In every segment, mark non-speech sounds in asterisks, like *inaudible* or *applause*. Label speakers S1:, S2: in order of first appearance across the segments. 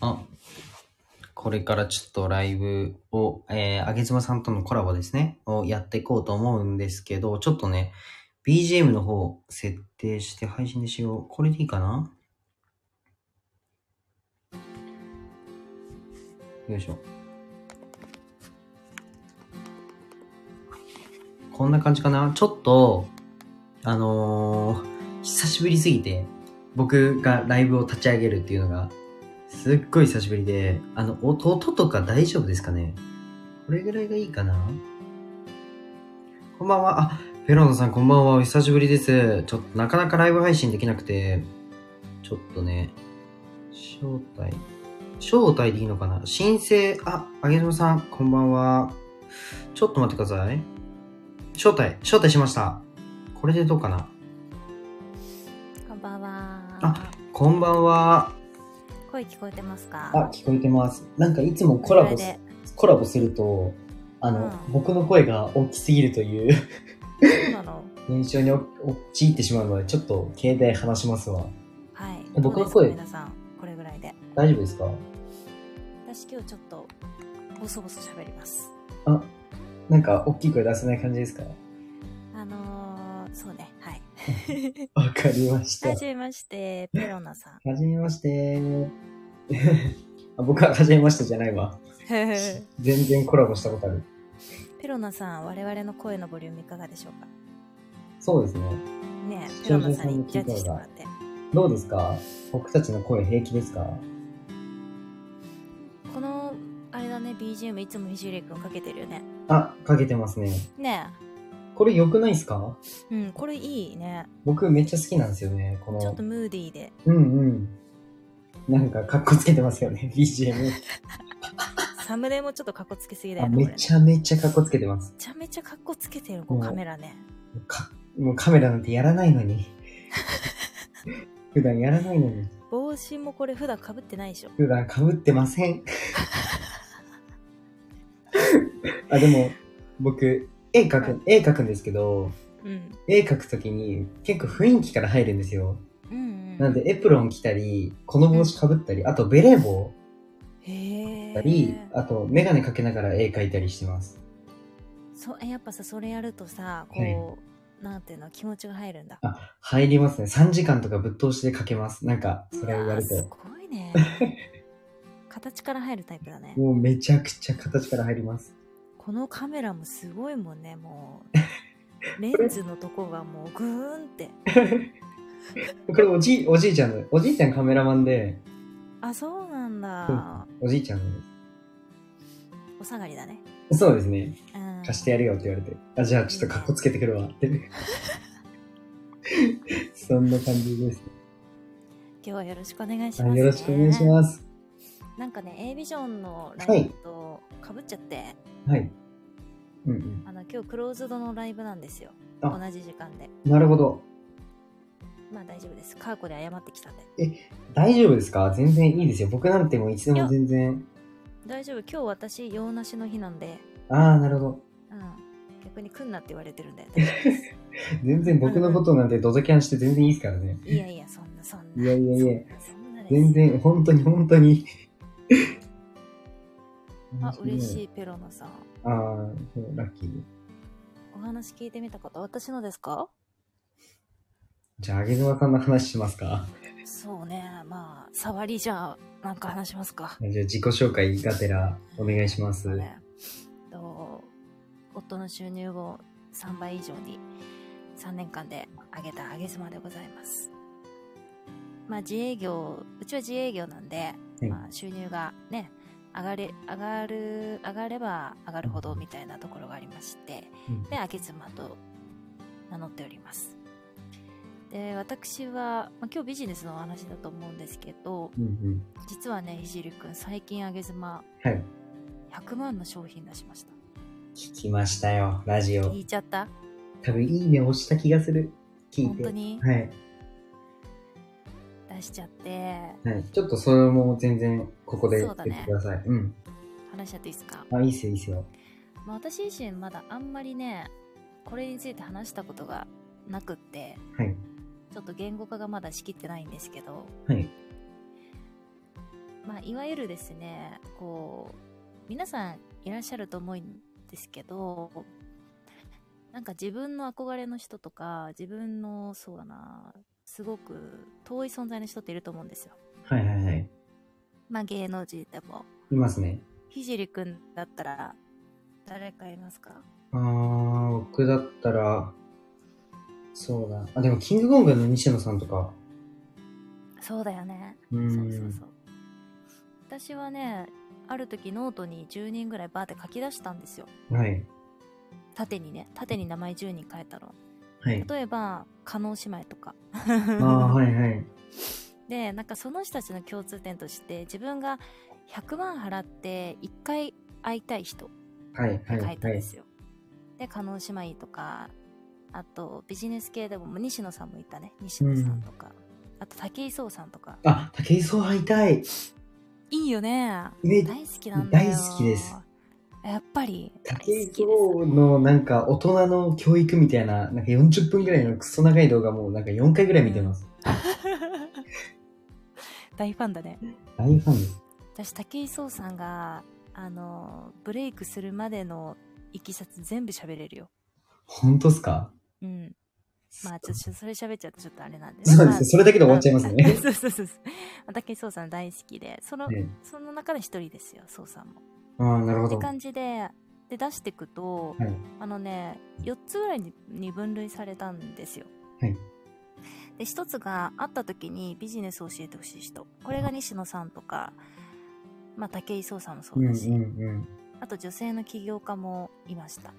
S1: あ、これからちょっとライブを、えー、あげつまさんとのコラボですね、をやっていこうと思うんですけど、ちょっとね、BGM の方設定して配信でしよう。これでいいかなよいしょ。こんな感じかなちょっと、あのー久しぶりすぎて、僕がライブを立ち上げるっていうのが、すっごい久しぶりで、あの、音音とか大丈夫ですかねこれぐらいがいいかなこんばんは。あ、フェローナさんこんばんは。お久しぶりです。ちょっとなかなかライブ配信できなくて、ちょっとね、招待、招待でいいのかな申請、あ、あげのさん、こんばんは。ちょっと待ってください。招待、招待しました。これでどうかな
S2: こんばんは。
S1: あこんばんは。
S2: 声聞こえてますか。
S1: あ、聞こえてます。なんかいつもコラボ
S2: これで
S1: コラボすると、あの、
S2: うん
S1: 僕の声が大きすぎるという *laughs*
S2: そうなの。
S1: 現象に陥ってしまうので、ちょっと携帯離しますわ。
S2: はい。
S1: え僕の声
S2: どうですか皆さん、これぐらいで。
S1: 大丈夫ですか
S2: 私今日ちょっと。ボソボソ喋ります。
S1: なんか大きい声出せない感じ
S2: *laughs*
S1: ですか
S2: あのー、そうね。はい。
S1: わかりました。
S2: は
S1: は
S2: じめまして、ペロナさ
S1: *laughs*
S2: ん。
S1: じめまして。 *laughs* あ僕ははじめましてじゃないわ。
S2: ペ
S1: 全然コラボしたことある。
S2: ロナさん、我々の声のボリュームいかがでしょうか。
S1: そうですね。
S2: ねえ、ペロナさんにジャッジしてもらって。
S1: どうですか僕たちの声平気ですか
S2: この、あれだね、BGM いつもひじりくんかけてるよね。
S1: あ、かけてますね。
S2: ね
S1: これ良くないですか
S2: え。うん、これいいね。
S1: 僕めっちゃ好きなんですよね。この。
S2: ちょっとムーディーで。
S1: うんうん。なんか、かっこつけてますよ
S2: *laughs*
S1: ね、BGM。
S2: サムネもちょっとかっこつけすぎだ
S1: あ
S2: よね。
S1: め
S2: これ
S1: ちゃめちゃかっこつけてます。
S2: めちゃめちゃかっこつけてる、こうカメラね。
S1: かもうカメラなんてやらないの
S2: *laughs*
S1: に。普段やらないのに。
S2: 帽子もこれ普段かぶってないでしょ。
S1: 普段かぶってませ
S2: *laughs*
S1: ん。あ、でも、僕、絵描く、絵描くんですけど、
S2: うん。
S1: 絵描くときに結構雰囲気から入るんですよ。
S2: うん、うん。
S1: なん。で、エプロン着たり、この帽子かぶったり、あとベレー帽着
S2: へえ
S1: た。り、あとメガネかけながら絵描いたりしてます。
S2: そえやっぱさ、それやるとさ、こう、なんていうの、気持ちが入るんだ。
S1: 入りますね。3時間とかぶっ通しでかけます。なんか、それをや
S2: あ
S1: る
S2: す
S1: と。
S2: ごい
S1: *laughs*
S2: ね。形から入るタイプだね。
S1: もうめちゃくちゃ形から入ります。
S2: このカメラもすごいもんね、も
S1: *laughs*
S2: う。レンズのとこがもうグーンって。
S1: これおじい、おじいちゃんの、おじいちゃんカメラマンで、
S2: あ、そうなんだ。
S1: おじいちゃんの、
S2: お下がりだね。
S1: そうですね。
S2: うん。
S1: 貸してやるよって言われて。あ、じゃあちょっとかっこつけてくるわって。 *laughs* そんな感じです、
S2: 今日はよろしくお願いし
S1: あ
S2: ます、ね。
S1: よろしくお願いします。
S2: なんかね、A ビジョンのライブとかぶっちゃって、
S1: はい。うんうん。
S2: あの今日クローズドのライブなんですよ。
S1: あ
S2: 同じ時間で。
S1: なるほど。
S2: まあ大丈夫です。カーコで謝ってきたんで。
S1: 大丈夫ですか全然いいですよ。僕なんてもういつでも全然。
S2: 大丈夫。今日私、用なしの日なんで、
S1: ああ、なるほど。
S2: うん。逆に来んなって言われてるんで。
S1: *laughs* 全然僕のことなんてドドキャンして全然いいですからね。
S2: いやいや、そんな、そんな。
S1: いやいやいや
S2: そんな、そんなです。
S1: 全。然、本当に本当に。
S2: *laughs* あ、嬉し
S1: い。
S2: い、ペロナさん。
S1: ああ、そうラッキー。
S2: お話聞いてみたこと、私のですか
S1: じゃあ、あげずまさんの話しますか。
S2: そうね。まあ、触りじゃあ、なんか話しますか。
S1: じゃあ、自己紹介がてら、お願いします。
S2: ね、と夫の収入を3倍以上に3年間で上げた上げ妻でございます。まあ自営業、うちは自営業なんで、
S1: うん
S2: まあ、収入がね、上がれ、上がる、上がれば上がるほどみたいなところがありまして、
S1: うん
S2: で、明妻と名乗っております。で、私は、まあ、今日ビジネスのお話だと思うんですけど、
S1: うんうん。
S2: 実はね、ひじりくん、最近上げ妻
S1: はい。
S2: 100万の商品出しました。
S1: 聞きましたよ、ラジオ
S2: 聞。いちゃった
S1: 多分、いいね押した気がする。聞い
S2: 本
S1: て。
S2: 当に
S1: はい。
S2: 出しちゃって
S1: はい。ちょっと、それも全然、ここで
S2: そうだね
S1: 言ってください。うん。
S2: 話しちゃっていいですか、
S1: あ、いいっすよ、いいっすよ。
S2: まあ、私自身まだあんまりねこれについて話したことがなくって
S1: はい。
S2: ちょっと言語化がまだしきってないんですけど
S1: はい。
S2: まあ、いわゆるですね、こう、皆さんいらっしゃると思うんですけど、なんか自分の憧れの人とか、自分の、そうだな、すごく遠い存在の人っていると思うんですよ。
S1: はいはいはい。
S2: まあ、芸能人でも。
S1: いますね。
S2: ひじりくんだったら、誰かいますか
S1: あー、僕だったら、そうだ。あ、でも、キングコングの西野さんとか。
S2: そうだよね。
S1: うーん。
S2: そうそうそう。私はね、ある時ノートに10人ぐらいバーって書き出したんですよ。
S1: はい。
S2: 縦にね、縦に名前10人書いたの。
S1: はい。
S2: 例えば、加納姉妹とか。
S1: あー、はいはい。
S2: で、なんかその人たちの共通点として、自分が100万払って1回会いたい人っ
S1: はいは
S2: て
S1: い
S2: 書いた
S1: は
S2: んで
S1: い。
S2: すよ。で、加納姉妹とか、あとビジネス系でも西野さんもいたね。西野さんとか。あと武井壮さんとか。
S1: あ、武井壮会いたい。
S2: いいよね。
S1: え、
S2: 大好きなんだよ。
S1: 大好きです。
S2: やっぱり。
S1: 武井
S2: 大好きで
S1: 壮のなんか大人の教育みたいな、なんか40分ぐらいのクソ長い動画もうなんか4回ぐらい見てます。
S2: す *laughs* 大ファンだね。
S1: 大ファンです。
S2: 私、武井壮さんが、あの、ブレイクするまでのいきさつ全部喋れるよ。
S1: 本当っすか
S2: うん。まあ、ちょっとそれ喋っちゃうとちょっとあれなんで、
S1: そうで
S2: まあ
S1: す。それだけで終わっちゃいますね。
S2: *laughs* そうそうそうそう。武井壮さん大好きで、その、
S1: ね
S2: その中で一人ですよ、壮さんも。
S1: ああ、なるほ
S2: って
S1: ど。
S2: 感じで、で、出していくと、
S1: はい
S2: あのね、4つぐらいにに分類されたんですよ。
S1: はい
S2: で、1つが、会った時にビジネスを教えてほしい人。これが西野さんとか、まあ、武井壮さんもそううんだ
S1: う
S2: し、
S1: ん
S2: あと女性の起業家もいました。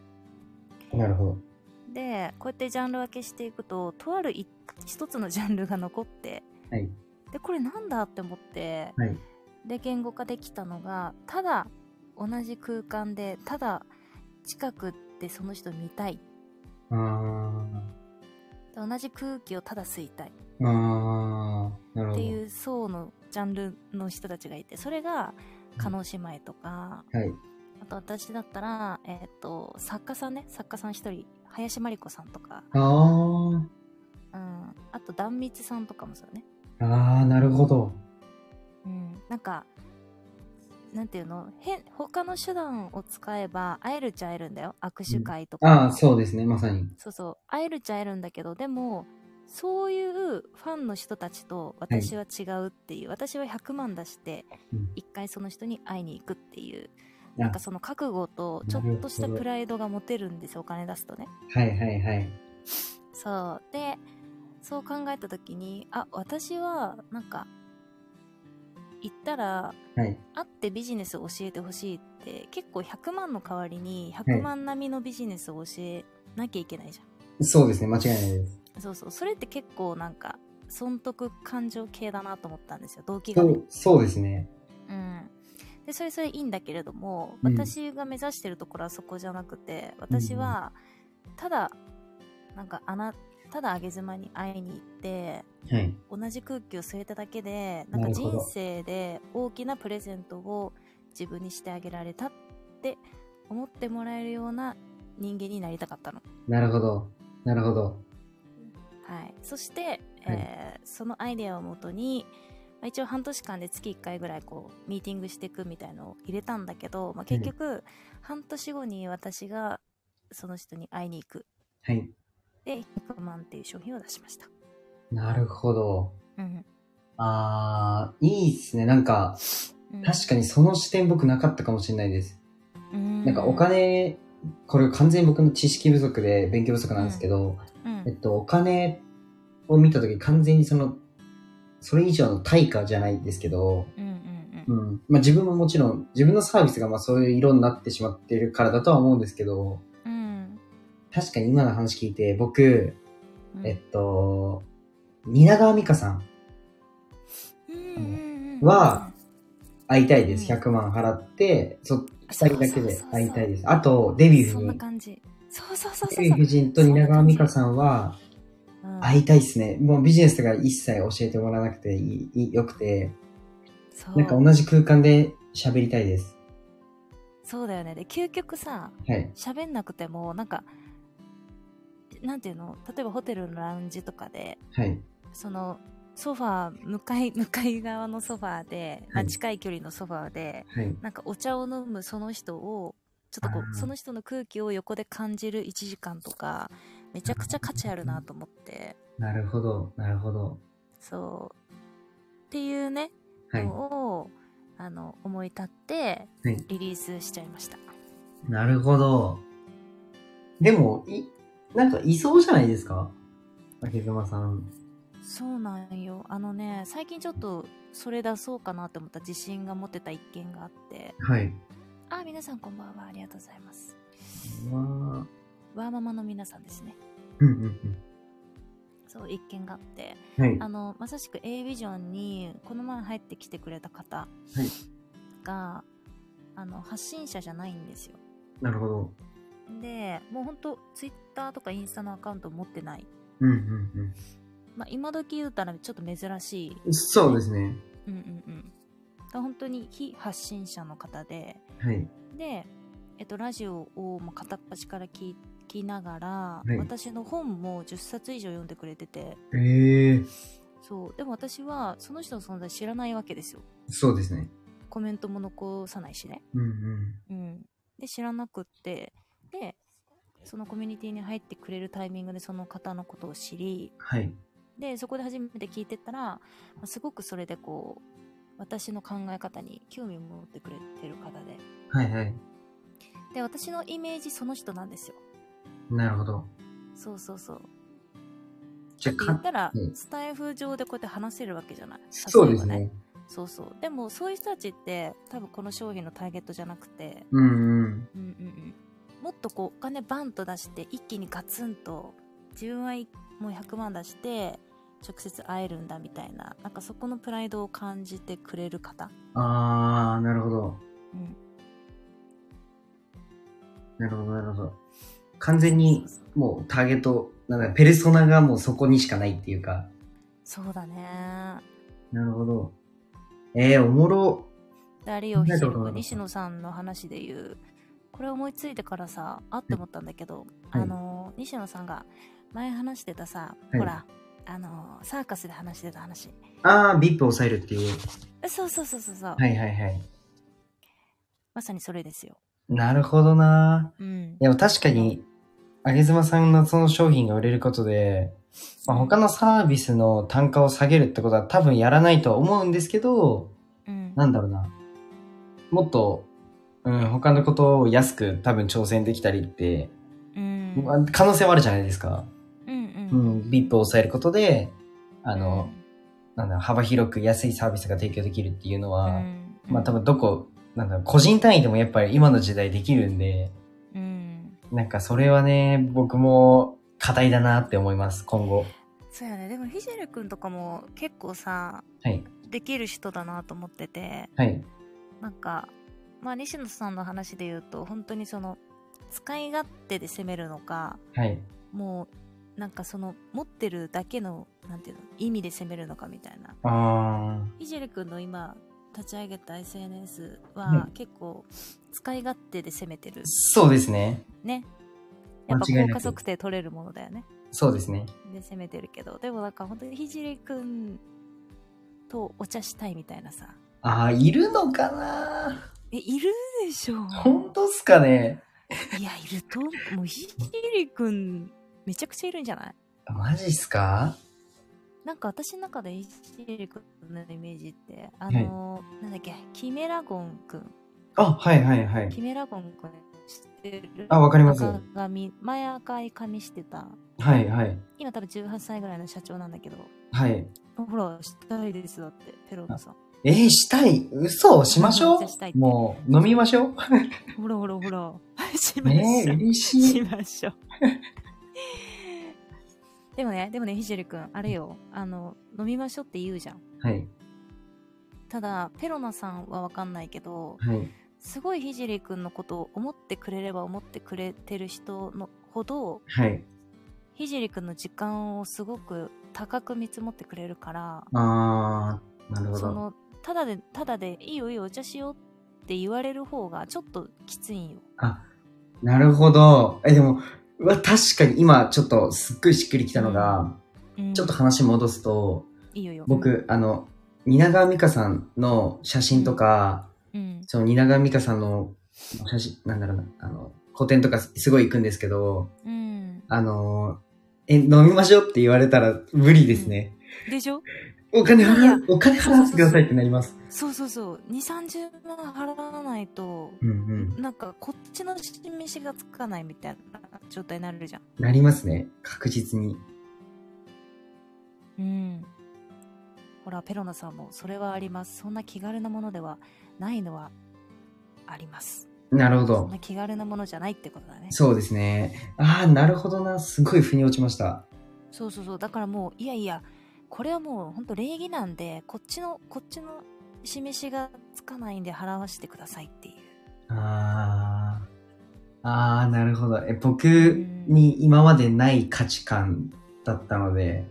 S1: うん。なるほど。
S2: で、こうやってジャンル分けしていくと、とある一一つのジャンルが残って、
S1: はい
S2: で、これなんだって思って、
S1: はい
S2: で、言語化できたのが、ただ同じ空間で、ただ近くでその人見たい。
S1: あー
S2: 同じ空気をただ吸いたい
S1: あー、なるほ
S2: っ
S1: ど。
S2: ていう層のジャンルの人たちがいて、それが、加納姉妹とか、
S1: はい。
S2: あと私だったら、えっ、と、作家さんね、作家さん一人、林真理子さんとか、
S1: あー
S2: うん、あと、壇蜜さんとかもそうだね。
S1: あー、なるほど。
S2: うん、なんか、なんていうの変、他の手段を使えば会えるっちゃ会えるんだよ。握手会とか。
S1: ああ、そうですね、まさに。
S2: そうそう会えるっちゃ会えるんだけどでもそういうファンの人たちと私は違うっていう、私は100万出して
S1: うん
S2: 一回その人に会いに行くっていう、
S1: あ
S2: なんかその覚悟とちょっとし
S1: な
S2: た
S1: るほど
S2: プライドが持てるんですよお金出すとね
S1: はいはいはい。
S2: そうでそう考えた時にあ私はなんか行ったら
S1: はい。
S2: 会ってビジネスを教えてほしいって結構100万の代わりに100万並みのビジネスを教えなきゃいけないじゃん
S1: そうですね、間違いないです。
S2: そうそう、それって結構なんか、損得感情系だなと思ったんですよ、動機が
S1: そ
S2: ね。
S1: うそうですね。
S2: うん。で、それそれいいんだけれども、
S1: うん
S2: 私が目指してるところはそこじゃなくて、私は、ただ、なんか、あな、ただあげ妻に会いに行って、
S1: はい。
S2: 同じ空気を吸えただけで、なん
S1: な
S2: か
S1: るほ
S2: 人
S1: ど
S2: 生で大きなプレゼントを自分にしてあげられたって思ってもらえるような人間になりたかったの。
S1: なるほど。なるほど。
S2: はい、そして、えーそのアイデアをもとに、まあ、一応半年間で月1回ぐらいこうミーティングしていくみたいのを入れたんだけど、まあ、結局半年後に私がその人に会いに行く
S1: はい。
S2: で100万っていう商品を出しました、
S1: なるほど。
S2: うん
S1: ああ、いいですね。なんか、
S2: うん、
S1: 確かにその視点僕なかったかもしれないです。
S2: うん
S1: なんかお、金、これ完全に僕の知識不足で勉強不足なんですけど、
S2: うん
S1: えっと、お金を見たとき完全にその、それ以上の対価じゃないですけど、
S2: うんう
S1: うんん。まあ自分ももちろん、自分のサービスがまあそういう色になってしまってるからだとは思うんですけど、
S2: うんうん
S1: 確かに今の話聞いて、僕、
S2: うん
S1: えっと、蜷川美香さん
S2: うんうんうん
S1: は会いたいです。
S2: うん
S1: 100万払って、そ、二人だけで会いたい
S2: そうそうそう
S1: です。あと、デヴィ
S2: そ
S1: 夫
S2: んな
S1: 人。
S2: 感じそうそうそうそ
S1: デ
S2: う
S1: ヴィ夫人と蜷川美香さんは
S2: うん
S1: 会いたいですね。もうビジネスとか一切教えてもらわなくていいいいよくて、
S2: そう
S1: なんか同じ空間で喋りたいです。
S2: そうだよねで究極さ
S1: はい。
S2: 喋んなくてもなんかなんていうの例えばホテルのラウンジとかで
S1: はい。
S2: そのソファー、向かい、 *laughs* 向かい側のソファーで、
S1: は
S2: まあ、
S1: い
S2: 近い距離のソファーで、
S1: はい。
S2: なんかお茶を飲むその人を、ちょっと
S1: あ
S2: こう、
S1: ー
S2: その人の空気を横で感じる1時間とか、めちゃくちゃ価値あるなと思って、
S1: なるほど、なるほど。
S2: そう。っていうね、
S1: はい。
S2: のを、あの、思い立って
S1: はい、
S2: リリースしちゃいました。
S1: なるほど。でも、い、なんかいそうじゃないですか竹熊さん。
S2: そうなんよ。あのね、最近ちょっと、それ出そうかなって思った自信が持てた一件があって、
S1: はい。
S2: あ、皆さんこんばんは。ありがとうございます。
S1: うわ
S2: ワーママの皆さんですね。
S1: うんうん
S2: そう、一件があって、
S1: うん。はい。
S2: あの、まさしく A ビジョンに、この前入ってきてくれた方が、あの、発信者じゃないんですよ。
S1: なるほど。
S2: で、もうほんと、ツイッターとかインスタのアカウント持ってない。
S1: うんうん
S2: まあ、今時言うたらちょっと珍しい。
S1: うん。そうですね。
S2: うんうんうん。が本当に非発信者の方で、
S1: はい。
S2: で、えっと、ラジオをもう片っ端から聞きながら、
S1: い
S2: 私の本も10冊以上読んでくれてて、
S1: ええー。
S2: そう、でも私はその人の存在知らないわけですよ。
S1: そうですね。
S2: コメントも残さないしね。
S1: うんうん。
S2: うん。で、知らなくって、で、そのコミュニティに入ってくれるタイミングでその方のことを知り、
S1: はい。
S2: で、そこで初めて聞いてったら、まあすごくそれでこう、私の考え方に興味を持ってくれてる方で。
S1: はいはい。
S2: で、私のイメージその人なんですよ。
S1: なるほど。
S2: そうそうそう。
S1: じゃ
S2: っ
S1: あ、
S2: て言っ
S1: か、
S2: たら、
S1: うん
S2: スタイフ上でこうやって話せるわけじゃない。
S1: そうです
S2: 例えば
S1: ね。
S2: そうそう。でも、そういう人たちって、多分この商品のターゲットじゃなくて、
S1: うんうん。
S2: うんうんうん。もっとこう、お金バンと出して、一気にガツンと、自分はもう100万出して、直接会えるんだみたいな、なんかそこのプライドを感じてくれる方。
S1: あー、なるほど。
S2: うん。
S1: なるほど、なるほど。完全に
S2: そうそうそ、
S1: もうターゲット、なんだ、ペルソナがもうそこにしかないっていうか。
S2: そうだね。
S1: なるほど。えー、おもろ。
S2: で、あれよ、
S1: 考
S2: ひ
S1: えた
S2: ろ
S1: ことなかった
S2: 西野さんの話で言う、これ思いついてからさ、あって思ったんだけど、
S1: はい
S2: あのー、西野さんが前話してたさ、
S1: はい
S2: ほら、あのー、サーカスで話してた話。
S1: あー、ビップ抑えるっていう。
S2: えそうそうそうそうそう、
S1: はいはいはい。
S2: まさにそれですよ。
S1: なるほどな
S2: うん。
S1: でも確かに、あげずまさんのその商品が売れることで、まあ、他のサービスの単価を下げるってことは多分やらないとは思うんですけど、
S2: うん。
S1: なんだろうな。もっと、うん、他のことを安く多分挑戦できたりって、
S2: うん。
S1: まあ可能性はあるじゃないですか。
S2: うん
S1: う
S2: うん。
S1: ん、ビップを抑えることで、あの、なんだろう幅広く安いサービスが提供できるっていうの
S2: うん、
S1: は、
S2: うん
S1: まあ多分どこ、なんだろう個人単位でもやっぱり今の時代できるんで、
S2: うん。
S1: なんかそれはね、僕も課題だなって思います、今後。
S2: そうやね。でも、ひじるくんとかも結構さ、
S1: はい。
S2: できる人だなと思ってて、
S1: はい。
S2: なんか、まあ、西野さんの話で言うと、本当にその、使い勝手で攻めるのか、
S1: はい。
S2: もう、なんかその、持ってるだけの、なんていうの、意味で攻めるのかみたいな。
S1: あ
S2: イジェル君の今、立ち上げた SNS
S1: は
S2: は、結構、使い勝手で攻めてる
S1: ー。そうですね。
S2: ね。やっぱ
S1: 間違いな
S2: 効果
S1: く
S2: 測定取れるものだよね。
S1: そうですね。
S2: で攻めてるけど、でもなんか本当にひじりくんとお茶したいみたいなさ。
S1: ああ、いるのかな
S2: え、いるでしょ
S1: 本当っすかね
S2: いや、いると思う。もう、ひじりくん、めちゃくちゃいるんじゃない
S1: マジっすか
S2: なんか私の中でひじりくんのイメージって、あのーなんだっけ、キメラゴンくん。
S1: あ、はいはいは
S2: キ
S1: い。
S2: メラゴンくん知ってる
S1: あ、わかります。は
S2: 赤髪、前赤い髪してた。
S1: いはい。
S2: 今多分18歳ぐらいの社長なんだけど。
S1: はい。
S2: ほら、したいですだって、ペロンさん。
S1: えー、したい嘘しましょ
S2: めっちゃしたいっ
S1: う
S2: て
S1: もう、飲みまし
S2: *laughs*
S1: ょう
S2: ほらほらほら。 *laughs* しま
S1: ね
S2: し
S1: え、
S2: ょう。
S1: 嬉し
S2: し
S1: い。
S2: ましょう。 *laughs* でもね、でもね、ひじりくん、あれよ、あの、飲みましょうって言うじゃん。
S1: はい。
S2: ただ、ペロナさんはわかんないけど、
S1: はい。
S2: すごいひじりくんのことを思ってくれれば思ってくれてる人のほど、
S1: はい。
S2: ひじりくんの時間をすごく高く見積もってくれるから、
S1: あー、なるほ
S2: そ
S1: ど。
S2: の、ただで、ただで、いいよいいよ、お茶しようって言われる方が、ちょっときついんよ。
S1: あ、なるほど。え、でも、うわ、確かに今、ちょっとすっごいしっくりきたのが、
S2: うん
S1: ちょっと話戻すと、
S2: いいよいいよ。
S1: 僕、あの、蜷川美香さんの写真とか、
S2: うん。
S1: その蜷川美香さんの写真、なんだろうな、あの、個展とかすごい行くんですけど、
S2: うん。
S1: あの、え、飲みましょうって言われたら無理ですね。
S2: でしょ
S1: お金
S2: い
S1: 払
S2: や
S1: う、お金払ってくださいってなります。
S2: そうそうそう。2、30万払わないと、
S1: うんうん。
S2: なんかこっちの示がつかないみたいな状態になるじゃん。
S1: なりますね。確実に。
S2: うん。ほら、ペロナさんも、それはあります。そんな気軽なものではないのはあります。
S1: なるほ
S2: そん
S1: ど
S2: な。気軽なものじゃないってことだね。
S1: そうですね。ああ、なるほどな。すごい腑に落ちました。
S2: そうそうそう。だからもう、いやいや、これはもう本当礼儀なんで、こっちの、こっちの示しがつかないんで払わしてくださいっていう。
S1: ああ。ああ、なるほど。え、僕に今までない価値観だったので、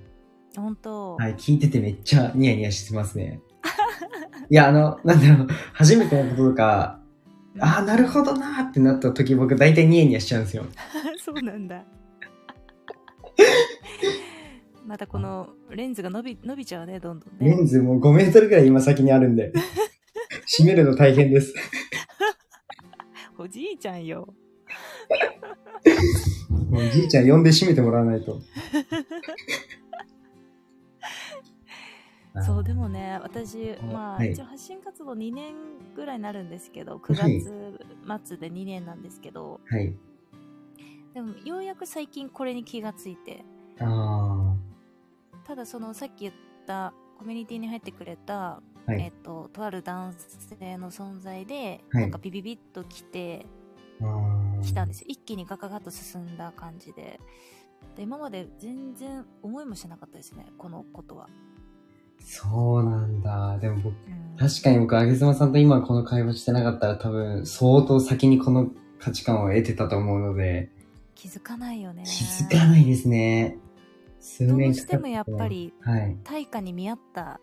S2: 本当、
S1: はい、聞いててめっちゃニヤニヤしてますね。いや、あの、なんだろう、初めてのこととか、ああ、なるほどなーってなった時僕大体ニヤニヤしちゃうんですよ。
S2: *laughs* そうなんだ。 *laughs* またこのレンズが伸び伸びちゃうね、どんどん
S1: レ
S2: ね。
S1: ンズもう5メートルぐらい今先にあるんで、閉めるの大変です。
S2: おじいちゃんよ。
S1: もうじいちゃん呼んで閉めてもらわないと。
S2: *laughs* そう、でも。ね、私、
S1: あ
S2: まあ、
S1: はい
S2: 一応発信活動2年ぐらいになるんですけど、
S1: はい
S2: 9月末で2年なんですけど、
S1: はい。
S2: でも、ようやく最近これに気がついて、
S1: ああ。
S2: ただそのさっき言ったコミュニティに入ってくれた、
S1: はい
S2: えっと、とある男性の存在で、
S1: はい
S2: なんかビビビッと来て、来
S1: 来
S2: たんですよ一気にガガガッと進んだ感じでで今まで全然思いもしなかったですねこのことは、
S1: そうなんだ。でも僕、
S2: うん
S1: 確かに僕、あげずまさんと今この会話してなかったら多分、相当先にこの価値観を得てたと思うので、
S2: 気づかないよね
S1: 気づかないですね。数
S2: どう
S1: 年かか
S2: してもやっぱ。り
S1: はい。
S2: 対価に見合った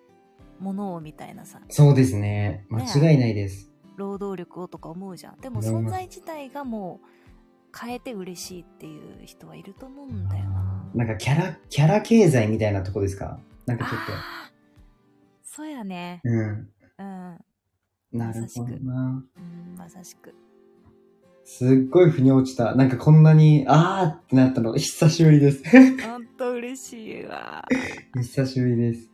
S2: ものをみたいなさ
S1: そうですね。間違いないです。
S2: 労働力をとか思うじゃんでも
S1: 思います
S2: 存在自体がもう変えて嬉しいっていう人はいると思うんだよな
S1: なんかキャラ、キャラ経済みたいなとこですかなんかちょっ
S2: あーそうやね
S1: と。うん。
S2: うん、
S1: なるほどな。
S2: うん、まさしく
S1: すっごい腑に落ちた。なんかこんなに、あーってなったの、久しぶり
S2: *laughs*
S1: です。
S2: ほんと嬉しいわ
S1: 久しぶりです。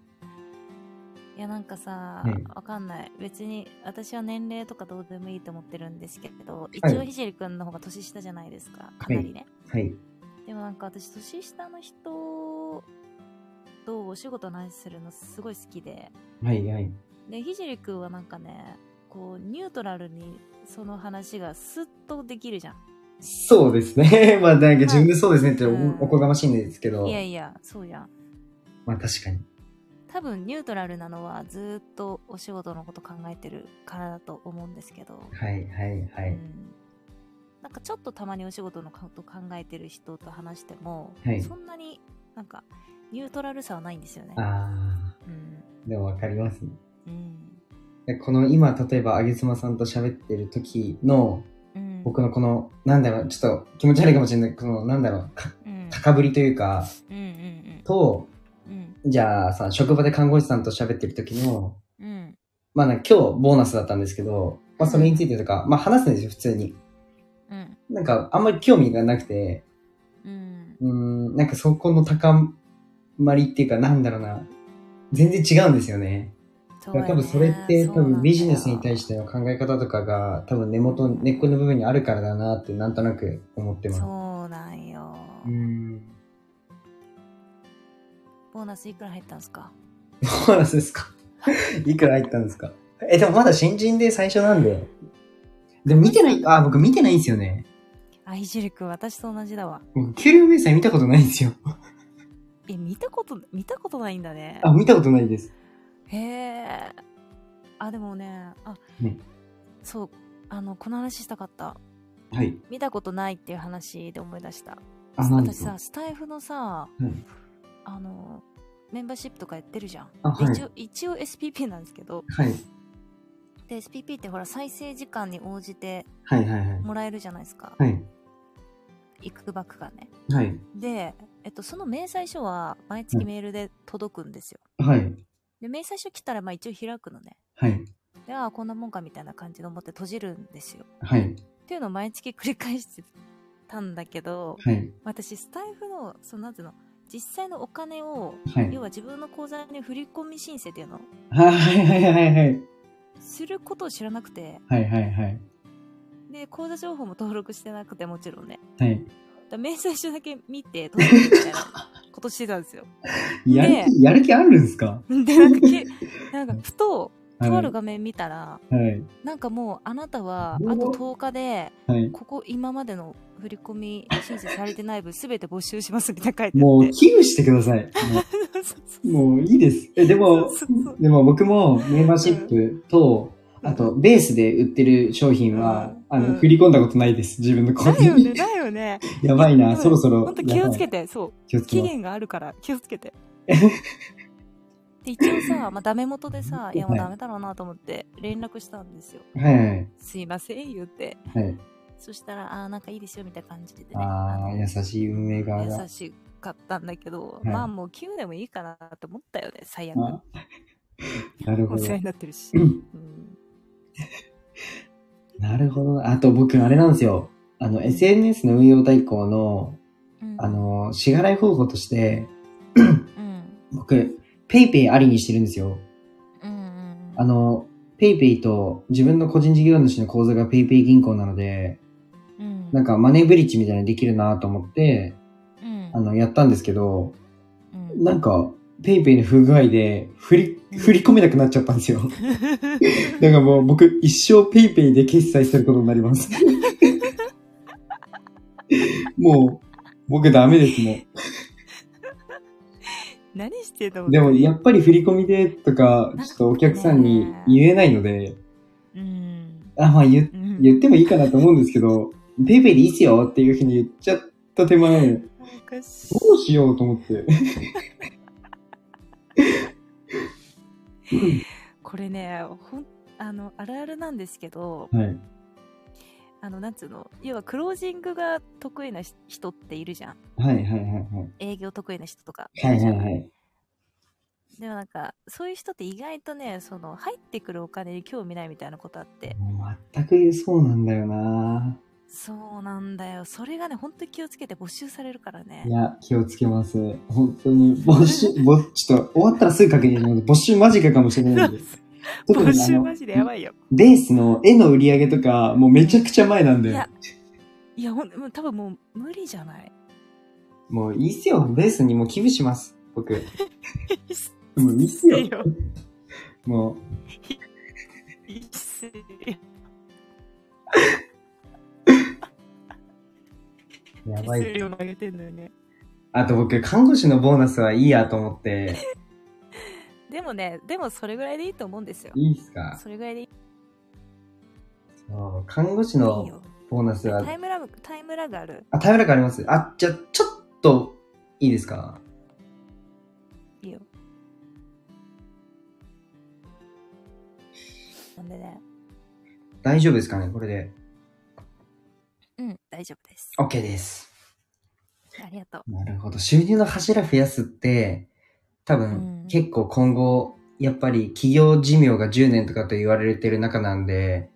S2: いやなんか
S1: は
S2: さ、
S1: い
S2: わかんない別に私は年齢とかどうでもいいと思ってるんですけど一
S1: はい
S2: 応ひじりくんの方が年下じゃないですかかなりね、
S1: はい。
S2: でもなんか私年下の人とお仕事の話するのすごい好きで
S1: はい、はい。
S2: でひじりくんはなんかねこうニュートラルにその話がスッとできるじゃん
S1: そうですね。 *laughs* まあ、なんか自分でそうですねってお,、
S2: うん
S1: おこがましいんですけど
S2: い、やいやそうやん
S1: まあ確かに。
S2: 多分ニュートラルなのはずーっとお仕事のこと考えてるからだと思うんですけど
S1: はい、はい、は
S2: う
S1: い。
S2: んなんかちょっとたまにお仕事のこと考えてる人と話しても、
S1: はい
S2: そんなになんかニュートラルさはないんですよね。
S1: あ
S2: うん
S1: ー、でもわかりますね。
S2: うん
S1: でこの今、例えば、あげつまさんと喋ってる時の、
S2: うん
S1: 僕のこの、なんだろう、ちょっと気持ち悪いかもしれない、この、なんだろう、か
S2: うん
S1: 高ぶりというか、
S2: うんうん
S1: と、
S2: うん
S1: じゃあさ、職場で看護師さんと喋ってる時の、
S2: うん
S1: まあなんか今日ボーナスだったんですけど、まあそれについてとか、まあ話すんですよ、普通に。
S2: うん
S1: なんかあんまり興味がなくて、
S2: うん
S1: うーん、なんかそこの高まりっていうかなんだろうな、全然違うんですよね。
S2: そ
S1: だ
S2: う
S1: から
S2: やね
S1: 多分それって多
S2: そうなんだ
S1: 分ビジネスに対しての考え方とかが多分根元、根っこの部分にあるからだなってなんとなく思ってます。
S2: そうなんよ、
S1: うーん。
S2: ボーナスいくら入ったんすか
S1: ボーナスですか *laughs* いくら入ったんですかえ、でもまだ新人で最初なんで。でも見てない、あ、僕見てないんですよね。
S2: あひじりくん私と同じだわ
S1: 僕給料明細見たことないんですよ。
S2: え見たこと見たことないんだね
S1: あ、見たことないです。
S2: へえあでもねあ、
S1: ね
S2: そうあのこの話したかった
S1: はい。
S2: 見たことないっていう話で思い出した
S1: あ、なんで
S2: 私
S1: すか
S2: さスタイフのさ、
S1: うん
S2: あのメンバーシップとかやってるじゃん、
S1: あ、はい。
S2: で一応一応 SPP なんですけど
S1: はい。
S2: で SPP ってほら再生時間に応じて
S1: はいはいはい。
S2: もらえるじゃないですか
S1: はい。
S2: いくばくがね
S1: はい。
S2: でえっと、その明細書は毎月
S1: うん
S2: メールで届くんですよ。
S1: はい。
S2: で、明細書来たら、まあ一応開くのね。
S1: はい。
S2: で、ああ、こんなもんかみたいな感じで思って閉じるんですよ。
S1: はい。
S2: っていうのを毎月繰り返してたんだけど、
S1: はい。
S2: 私、スタイフの、その、なんていうの、実際のお金を、
S1: はい。
S2: 要は自分の口座に振り込み申請っていうのを
S1: はい。はい。はい。はい。
S2: することを知らなくて、
S1: はい。はい。はい。
S2: で、口座情報も登録してなくて、もちろんね。
S1: はい。
S2: だから明細書だけ見て、登録みたいなことしてたん
S1: *laughs*
S2: ですよ。
S1: やる気、やる気あるんですか
S2: で、なんかけ、なんか、ふと、
S1: はい。
S2: とあ
S1: は
S2: る
S1: い。
S2: 画面見たら、
S1: はい。
S2: なんかもう、あなたは、
S1: うわ
S2: あと10日で、
S1: はい。
S2: ここ今までの振り込み申請されてない分、すべて募集しますみたいな書いてあ
S1: もう
S2: っ
S1: 寄付してくださ
S2: *laughs*
S1: い。
S2: て。そうそう
S1: もうもういいです。え、でも
S2: そうそうそう、
S1: でも僕もメンバーシップと、あと、ベースで売ってる商品は、
S2: うん
S1: あの、
S2: うん
S1: 振り込んだことないです。自分の口
S2: だ
S1: 座
S2: よね、
S1: に。
S2: だよね。
S1: *laughs* やばいな、
S2: うん
S1: そろそろ。
S2: ほんと気をつけ
S1: て。
S2: て、そう。
S1: 気をつけ
S2: 期
S1: ます。
S2: 限があるから気をつけて。で一応さ、まあ、ダメ元でさ、いやもうダメだろうなと思って連絡したんですよ。
S1: はいはい
S2: すいません、言って。
S1: はい。
S2: そしたら、ああー、なんかいいですよ、みたいな感じでね。
S1: ああ、優しい運営側
S2: あの
S1: だ
S2: 優。しかったんだけど、
S1: い
S2: まあもう9でもいいかなと思ったよね、最悪。
S1: あなるほ
S2: お
S1: ど
S2: 世。話になってるし。
S1: うん
S2: うん
S1: なるほど。あと僕、あれなんですよ。あの、SNS の運用代行の、
S2: うん
S1: あの、支払い方法として、
S2: うん
S1: 僕、ペイペイありにしてるんですよ。
S2: うんうん
S1: あの、ペイペイと自分の個人事業主の口座がペイペイ銀行なので、
S2: うん
S1: なんかマネーブリッジみたいなのできるなと思って、
S2: うん
S1: あの、やったんですけど、
S2: うん
S1: なんか、ペイペイの不具合で、振り、振り込めなくなっちゃったんですよ。だからもう僕、一生ペイペイで決済することになります。もう、僕ダメですも
S2: *laughs* 何してんの
S1: ん。でも、やっぱり振り込みでとか、ちょっとお客さんに言えないので、
S2: うん
S1: あ、まあ言っ
S2: うん
S1: 言ってもいいかなと思うんですけど、ペイペイでいいっすよっていうふうに言っちゃった手前、ど
S2: おかしいう
S1: しようと思って。 *laughs*
S2: これねほんあのあるあるなんですけど
S1: はい。
S2: あのなんつうの要はクロージングが得意なし人っているじゃん
S1: はいはいはい
S2: 営業得意な人とか
S1: はい。はいはいはい。
S2: でもなんかそういう人って意外とねその入ってくるお金に興味ないみたいなことあって
S1: もう全くそうなんだよな
S2: そうなんだよそれがねほんと気をつけて募集されるからね
S1: いや、気をつけます。本当に、募
S2: *laughs*
S1: 集、ぼちょっと終わったらすぐ確認します。募集間近かもしれ
S2: *laughs*
S1: ないんで。 *laughs* 特
S2: 募
S1: にあ
S2: 集
S1: の
S2: マ、ジでやばいよ
S1: ベースの絵の売り上げとか、もうめちゃくちゃ前なん
S2: い
S1: で。
S2: やいやほんもう多分もう無理じゃない
S1: もういいっすよ。ベースにもう寄付します。
S2: *laughs*
S1: 僕。もういいっすよ。
S2: いいよ
S1: もう、
S2: いいっすよ
S1: やばい。
S2: 手数料も上げてんのよね
S1: あと僕、看護師のボーナスはいいやと思って、
S2: でもねでもそれぐらいでいいと思うんですよ
S1: いいっすか
S2: それぐらいでいい
S1: そう看護師
S2: いい
S1: の
S2: よ
S1: ボーナスは
S2: タ、イムラグタイムラグある
S1: あ、頼らくありますあ、じゃあ、ちょっと、いいですか
S2: いいよなんでね
S1: 大丈夫ですかねこれで。
S2: うん大丈夫です
S1: OK です。
S2: ありがとう
S1: なるほど。収入の柱増やすって、多分、
S2: うん
S1: 結構今後、やっぱり企業寿命が10年とかと言われてる中なんで、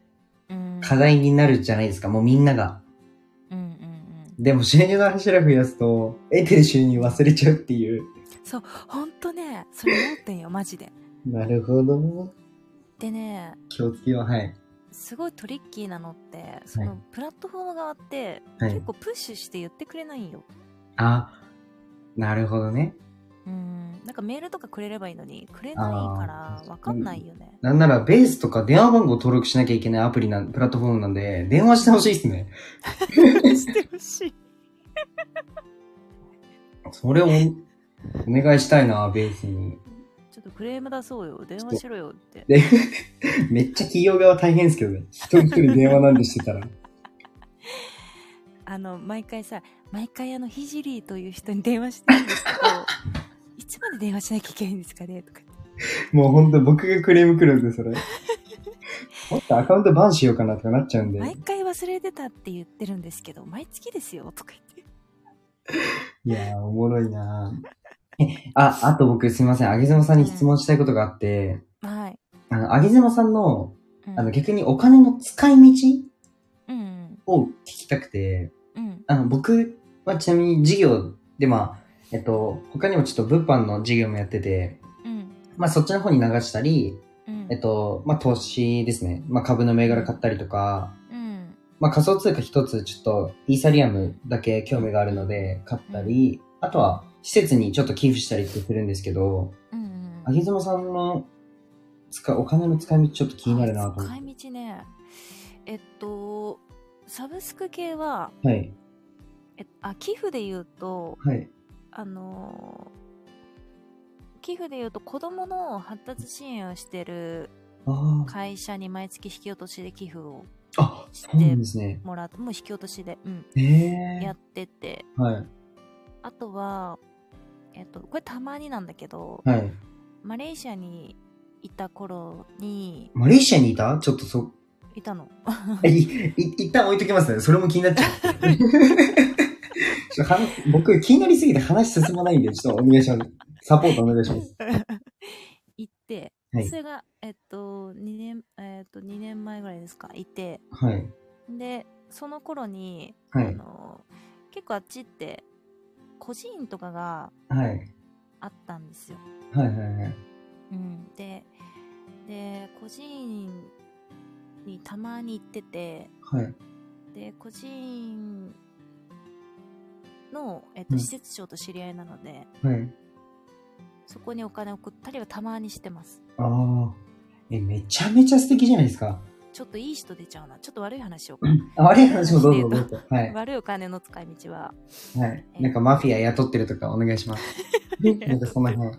S2: うん
S1: 課題になるじゃないですか、もうみんなが。
S2: うんうんうん
S1: でも収入の柱増やすと、得てる収入忘れちゃうっていう。
S2: ほんとねそれ思って
S1: *laughs*
S2: んよマジで
S1: なるほど。
S2: でね
S1: 気をつけよう。はい。
S2: すごいトリッキーなのってそのプラットフォーム側って
S1: はい
S2: 結構プッシュして言ってくれないんよ、
S1: あ、なるほどね。
S2: うんなんかメールとかくれればいいのにくれないか
S1: あー
S2: らわかんないよね、
S1: なんなら、ベースとか電話番号登録しなきゃいけないアプリなん、プラットフォームなんで、電話してほしいですね。
S2: *laughs* してほしい
S1: それをお、お願いしたいな、ベースに。
S2: ちょっとクレーム出そうよ電話しろよって
S1: で、 *laughs* めっちゃ企業側大変ですけどね。一人一人電話なんでして
S2: *laughs*
S1: たら。
S2: あの毎回さ毎回あのひじりという人に電話してるんです
S1: *laughs*
S2: けどいつまで電話しなきゃいけないんですかねとか
S1: もうほんと僕がクレーム来るんで、
S2: *laughs*
S1: それ。もっとアカウントバンしようかなとかなっちゃうんで。
S2: 毎回忘れてたって言ってるんですけど毎月ですよとか言って
S1: いやー、おもろいなえあ、あと僕すいません。あげずまさんに質問したいことがあって、
S2: はい。
S1: あの、あげずまさんの、
S2: うん
S1: あの、逆にお金の使い道
S2: うん。
S1: を聞きたくて、
S2: うん。
S1: あの、僕はちなみに事業で、まあ、えっと、他にもちょっと物販の事業もやってて、
S2: うん。
S1: まあそっちの方に流したり、
S2: うん。
S1: えっと、まあ投資ですね。まあ株の銘柄買ったりとか、
S2: うん。
S1: まあ、仮想通貨一つちょっとイーサリアムだけ興味があるので買ったり、あとは施設にちょっと寄付したりってするんですけど、
S2: うん。
S1: あげずまさんの使いお金の使い道ちょっと気になるなと思っ
S2: 使い道ね。えっと、サブスク系は、
S1: て。はい。
S2: えっとあ、寄付で言うと、
S1: はい。
S2: あのー寄付で言うと子供の発達支援をしてる
S1: あー
S2: 会社に毎月引き落としで寄付を
S1: あ、そうなんですね。
S2: もらって、もう引き落としで、うん、
S1: ええ
S2: やってて、
S1: ー。はい。
S2: あとは、えっと、これたまになんだけど、
S1: はい。
S2: マレーシアにいた頃に、
S1: マレーシアにいたちょっとそ、
S2: いたの。
S1: えい、い、一旦置いときますね。それも気になっ *laughs* ちゃう。ちょっと話す僕気になりすぎて話進まないんで、ちょっとお願いします。サポートお願いします。
S2: *laughs* 行って、
S1: はい
S2: それが、えっと、2年、えっと、2年前ぐらいですか、いて、
S1: はい。
S2: で、その頃に、
S1: は
S2: あ
S1: い。
S2: の、結構あっちって、孤児院とかが
S1: はい。
S2: あったんですよ。
S1: はいはいはい。
S2: うん、で、で、孤児院にたまに行ってて、
S1: はい。
S2: で、孤児院の、えっ
S1: う
S2: と、
S1: ん
S2: 施設長と知り合いなので、
S1: はい。
S2: そこにお金を送ったりはたまにしてます。
S1: ああ。え、めちゃめちゃ素敵じゃないですか。
S2: ちょっといい人出ちゃうな。ちょっと悪い話しようか。
S1: あ悪い話もどうぞどうぞ。 *laughs* はい。
S2: 悪いお金の使い道は、
S1: はい。なんかマフィア雇ってるとかお願いし *laughs* ます。なんかその辺。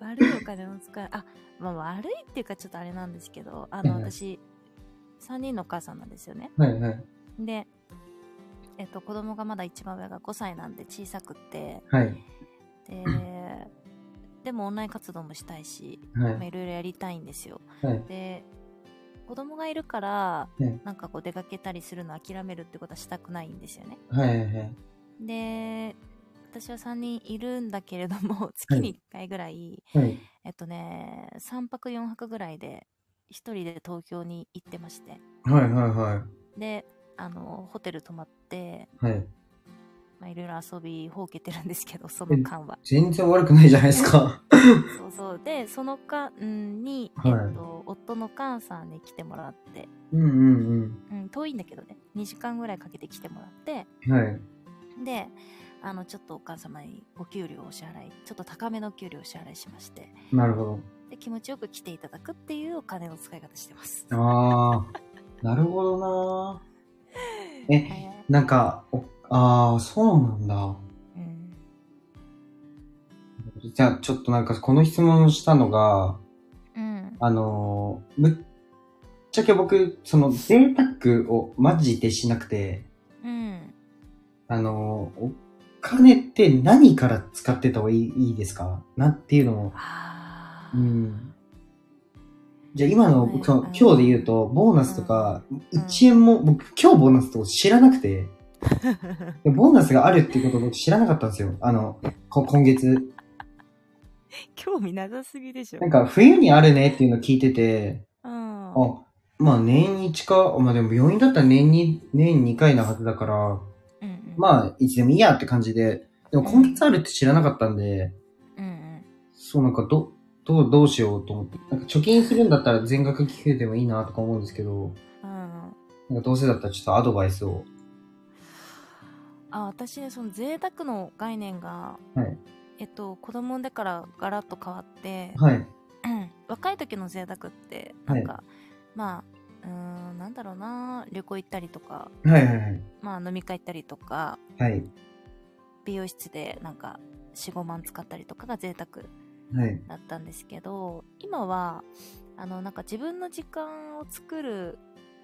S2: 悪いお金の使い、あ、まあ悪いっていうかちょっとあれなんですけど、あの、
S1: うんうん
S2: 私、3人のお母さんなんですよね。
S1: はいはい。
S2: で、えっと、子供がまだ一番上が5歳なんで小さくって、
S1: はい。
S2: で、でもオンライン活動もしたいし、
S1: は
S2: まあ
S1: い。
S2: いろいろやりたいんですよ。
S1: はい。
S2: で、子供がいるから
S1: うん、
S2: なんかこう出かけたりするの諦めるってことはしたくないんですよね。
S1: はいはいはい。
S2: で、私は3人いるんだけれども、月に1回ぐらい、
S1: はい。
S2: えっとね、3泊4泊ぐらいで、1人で東京に行ってまして、
S1: はいはいは
S2: で、あの、ホテル泊まって、
S1: い。はい。
S2: まあ、いろいろ遊びほうけてるんですけど、その間は。
S1: 全然悪くないじゃないですか。
S2: そうそう。で、その間に、
S1: はい
S2: えっと、夫の菅さんに来てもらって、
S1: *laughs* うんうん
S2: うん、遠いんだけどね、2時間ぐらいかけて来てもらって、
S1: うん。はい。
S2: で、あの、ちょっとお母様にお給料をお支払い、ちょっと高めのお給料をお支払いしまして、
S1: なるほ
S2: で、気持ちよく来ていただくっていうお金の使い方してます。
S1: ど。ああ。なるほどなー。
S2: え
S1: え、なんか、おああ、そうなんだ。
S2: ー *laughs* うん。
S1: じゃあ、ちょっとなんか、この質問をしたのが、
S2: うん。
S1: あのーぶっちゃけ僕、その贅沢をマジでしなくて、
S2: うん。
S1: あのーお金って何から使ってた方がいいいいですかなっていうのも。
S2: ああ。
S1: うん。じゃあ今の
S2: はい
S1: 僕、その
S2: うん
S1: 今日で言うと、ボーナスとか、1円も、僕今日ボーナスとか知らなくて、でボーナスがあるっていうことを僕知らなかったんですよ。あの、こ今月。
S2: *laughs* 興味なさすぎでしょ
S1: なん。か冬にあるねっていうのを聞いてて、
S2: うん。
S1: あ、まあ年1か、まあでも病院だったら年に、年2回なはずだから、
S2: うんうん、
S1: まあいつでもいいやって感じで、でも今月あるって知らなかったんで、
S2: うん
S1: そうなんかど、どう、どうしようと思って、なんか貯金するんだったら全額寄付でもいいなとか思うんですけど、
S2: うん。うん。
S1: なんかどうせだったらちょっとアドバイスを。
S2: あ、私ね、その贅沢の概念が、
S1: はい
S2: えっと、子供産んでからガラッと変わって、
S1: はい。
S2: 若い時の贅沢って、
S1: は
S2: ないんか、まあ、うーん、なんだろうな、旅行行ったりとか、
S1: はいはいはい。
S2: まあ飲み会行ったりとか、
S1: はい。
S2: 美容室でなんか4、5万使ったりとかが贅沢
S1: はい。
S2: だったんですけど、今は、あの、なんか自分の時間を作る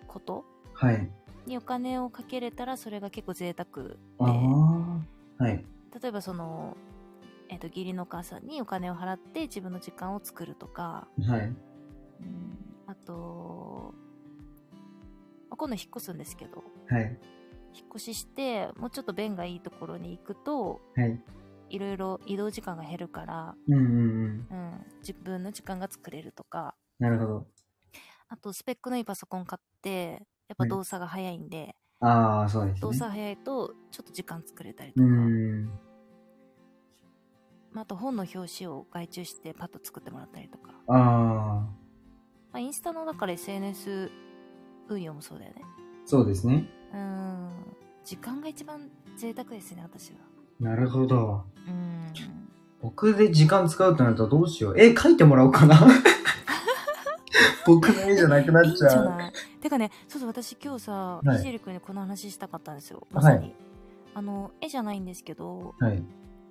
S2: こと
S1: はい。
S2: にお金をかけれたら、それが結構贅沢で、
S1: ああ。はい。
S2: 例えばその、えっと義理のお母さんにお金を払って自分の時間を作るとか、
S1: はい。
S2: うん、あと、まあ今度引っ越すんですけど
S1: はい。
S2: 引っ越ししてもうちょっと便がいいところに行くと
S1: はい。
S2: いろいろ移動時間が減るから、
S1: うんうんうん。
S2: うん、自分の時間が作れるとか
S1: なるほど。
S2: あとスペックのいいパソコン買ってやっぱ動作が早いんで、
S1: ああ、そうですね。
S2: 動作早いとちょっと時間作れたりと
S1: う
S2: か、
S1: ん。
S2: まあ、あと本の表紙を外注してパッと作ってもらったりとか、
S1: ああ、
S2: まあ、インスタのだから SNS 運用もそうだよね
S1: そうですね。
S2: うん時間が一番贅沢ですね私は
S1: なるほど。
S2: うん
S1: 僕で時間使うとなるとどうしよう。え、書いてもらおう
S2: *laughs*
S1: かな。僕の絵じゃなく
S2: い
S1: ないっ
S2: ん
S1: ち
S2: じゃ
S1: ゃう。
S2: ないてかねそうそう私今日さ
S1: はい
S2: ひじりくんにこの話したかったんですよまさに、
S1: は
S2: あの絵じゃないんですけど、
S1: はい。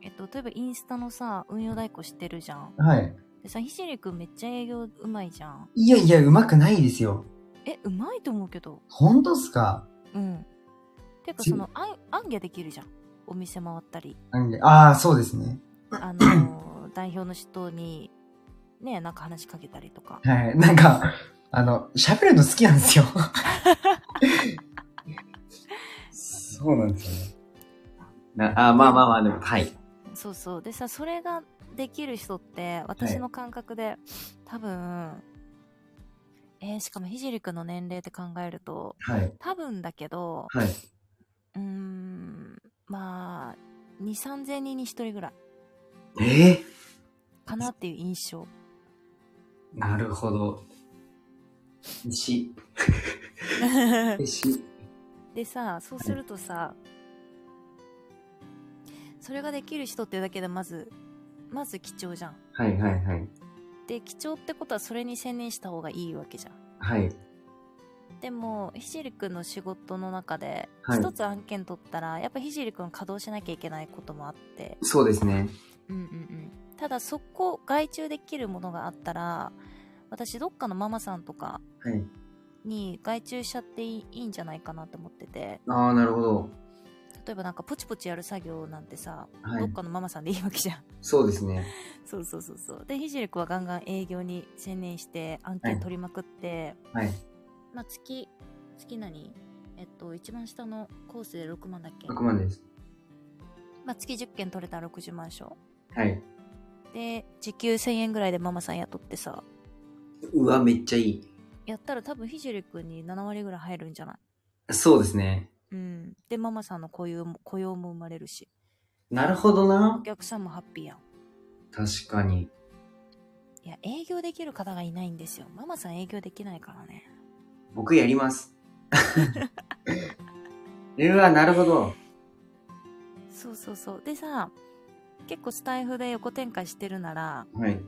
S2: えっと、例えばインスタのさ運用代行知ってるじゃん
S1: はい。
S2: でさひじりくんめっちゃ営業うまいじゃん
S1: いやいや、うまくないですよ。
S2: えうまいと思うけど
S1: ほんとっすか
S2: うんてか
S1: ち
S2: そのあん暗夜できるじゃんお店回ったり
S1: なんでああ、そうですね。
S2: あの *coughs* 代表の人にねなんか話しかけたりとか
S1: はい。なんか、あの、喋るの好きなん
S2: *laughs*
S1: ですよ。そうなんですよね。なあまあまあまあ、でも、はい。
S2: そうそうでさそれができる人って私の感覚で、多分えーしかもひじりくんの年齢って考えると
S1: はい。
S2: 多分だけど
S1: はい。
S2: うーんまあ2 3 0 0 0人に1人ぐらい
S1: ええ
S2: かなっていう印 *laughs* 象
S1: なるほど。石。石。
S2: でさそうするとさそれができる人っていうだけでまずまず貴重じゃん
S1: はいはいはい。
S2: で貴重ってことはそれに専念した方がいいわけじゃん
S1: はい。
S2: でもひじりくんの仕事の中で
S1: はい
S2: 一つ案件取ったら、やっぱひじりくん稼働しなきゃいけないこともあって
S1: そうですね。
S2: うんうんうんただそこ外注できるものがあったら私どっかのママさんとか
S1: はい。
S2: に外注しちゃっていいいいんじゃないかなと思ってて
S1: ああ、なるほど。
S2: 例えばなんかポチポチやる作業なんてさ、
S1: は
S2: ど
S1: い
S2: っ。かのママさんでいいわけじゃん
S1: そうですね。
S2: そうそうそうそうでひじりくんはガンガン営業に専念して案
S1: は
S2: 件
S1: い
S2: 取りまくって、
S1: はい。
S2: まあ、月、月何えっと、一番下のコースで6万だっけ
S1: 6万です。
S2: まあ、月10件取れたら60万でしょ。
S1: はい。
S2: で、時給1000円ぐらいでママさん雇ってさ、
S1: うわ、めっちゃいい。
S2: やったら多分ひじりくんに7割ぐらい入るんじゃない
S1: そうですね。
S2: うん。で、ママさんの雇用も、雇用も生まれるし、
S1: なるほど
S2: お
S1: な。
S2: 客さんもハッピーやん。
S1: 確かに。
S2: いや、営業できる方がいないんですよ。ママさん営業できないからね。
S1: 僕やります。 *laughs* うわ、なるほど。
S2: そうそうそう。でさ、結構スタイフで横展開してるなら、
S1: はい。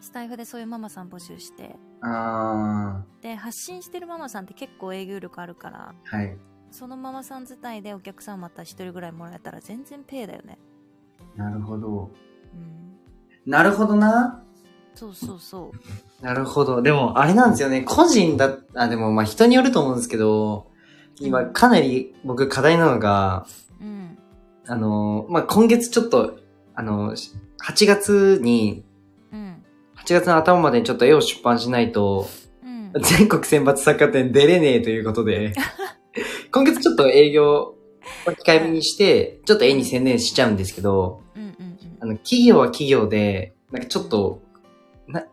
S2: スタイフでそういうママさん募集して、
S1: あ
S2: で、発信してるママさんって結構営業力あるから、
S1: ー、はい。
S2: そのママさん自体でお客さんまた一人ぐらいもらえたら全然ペイだよね。
S1: なるほど。
S2: うん。
S1: なるほどな。
S2: そうそうそう。
S1: なるほど。でも、あれなんですよね。個人だ、あ、でも、まあ、人によると思うんですけど、今、かなり僕、課題なのが、
S2: うん。
S1: あの、まあ、今月ちょっと、あの、し8月に、
S2: うん。
S1: 8月の頭までにちょっと絵を出版しないと、
S2: うん。
S1: 全国選抜作家展出れねえということで、今月ちょっと営業を控えめにして、ちょっと絵に専念しちゃうんですけど、
S2: うんうん
S1: あの、企業は企業で、なんかちょっと、な、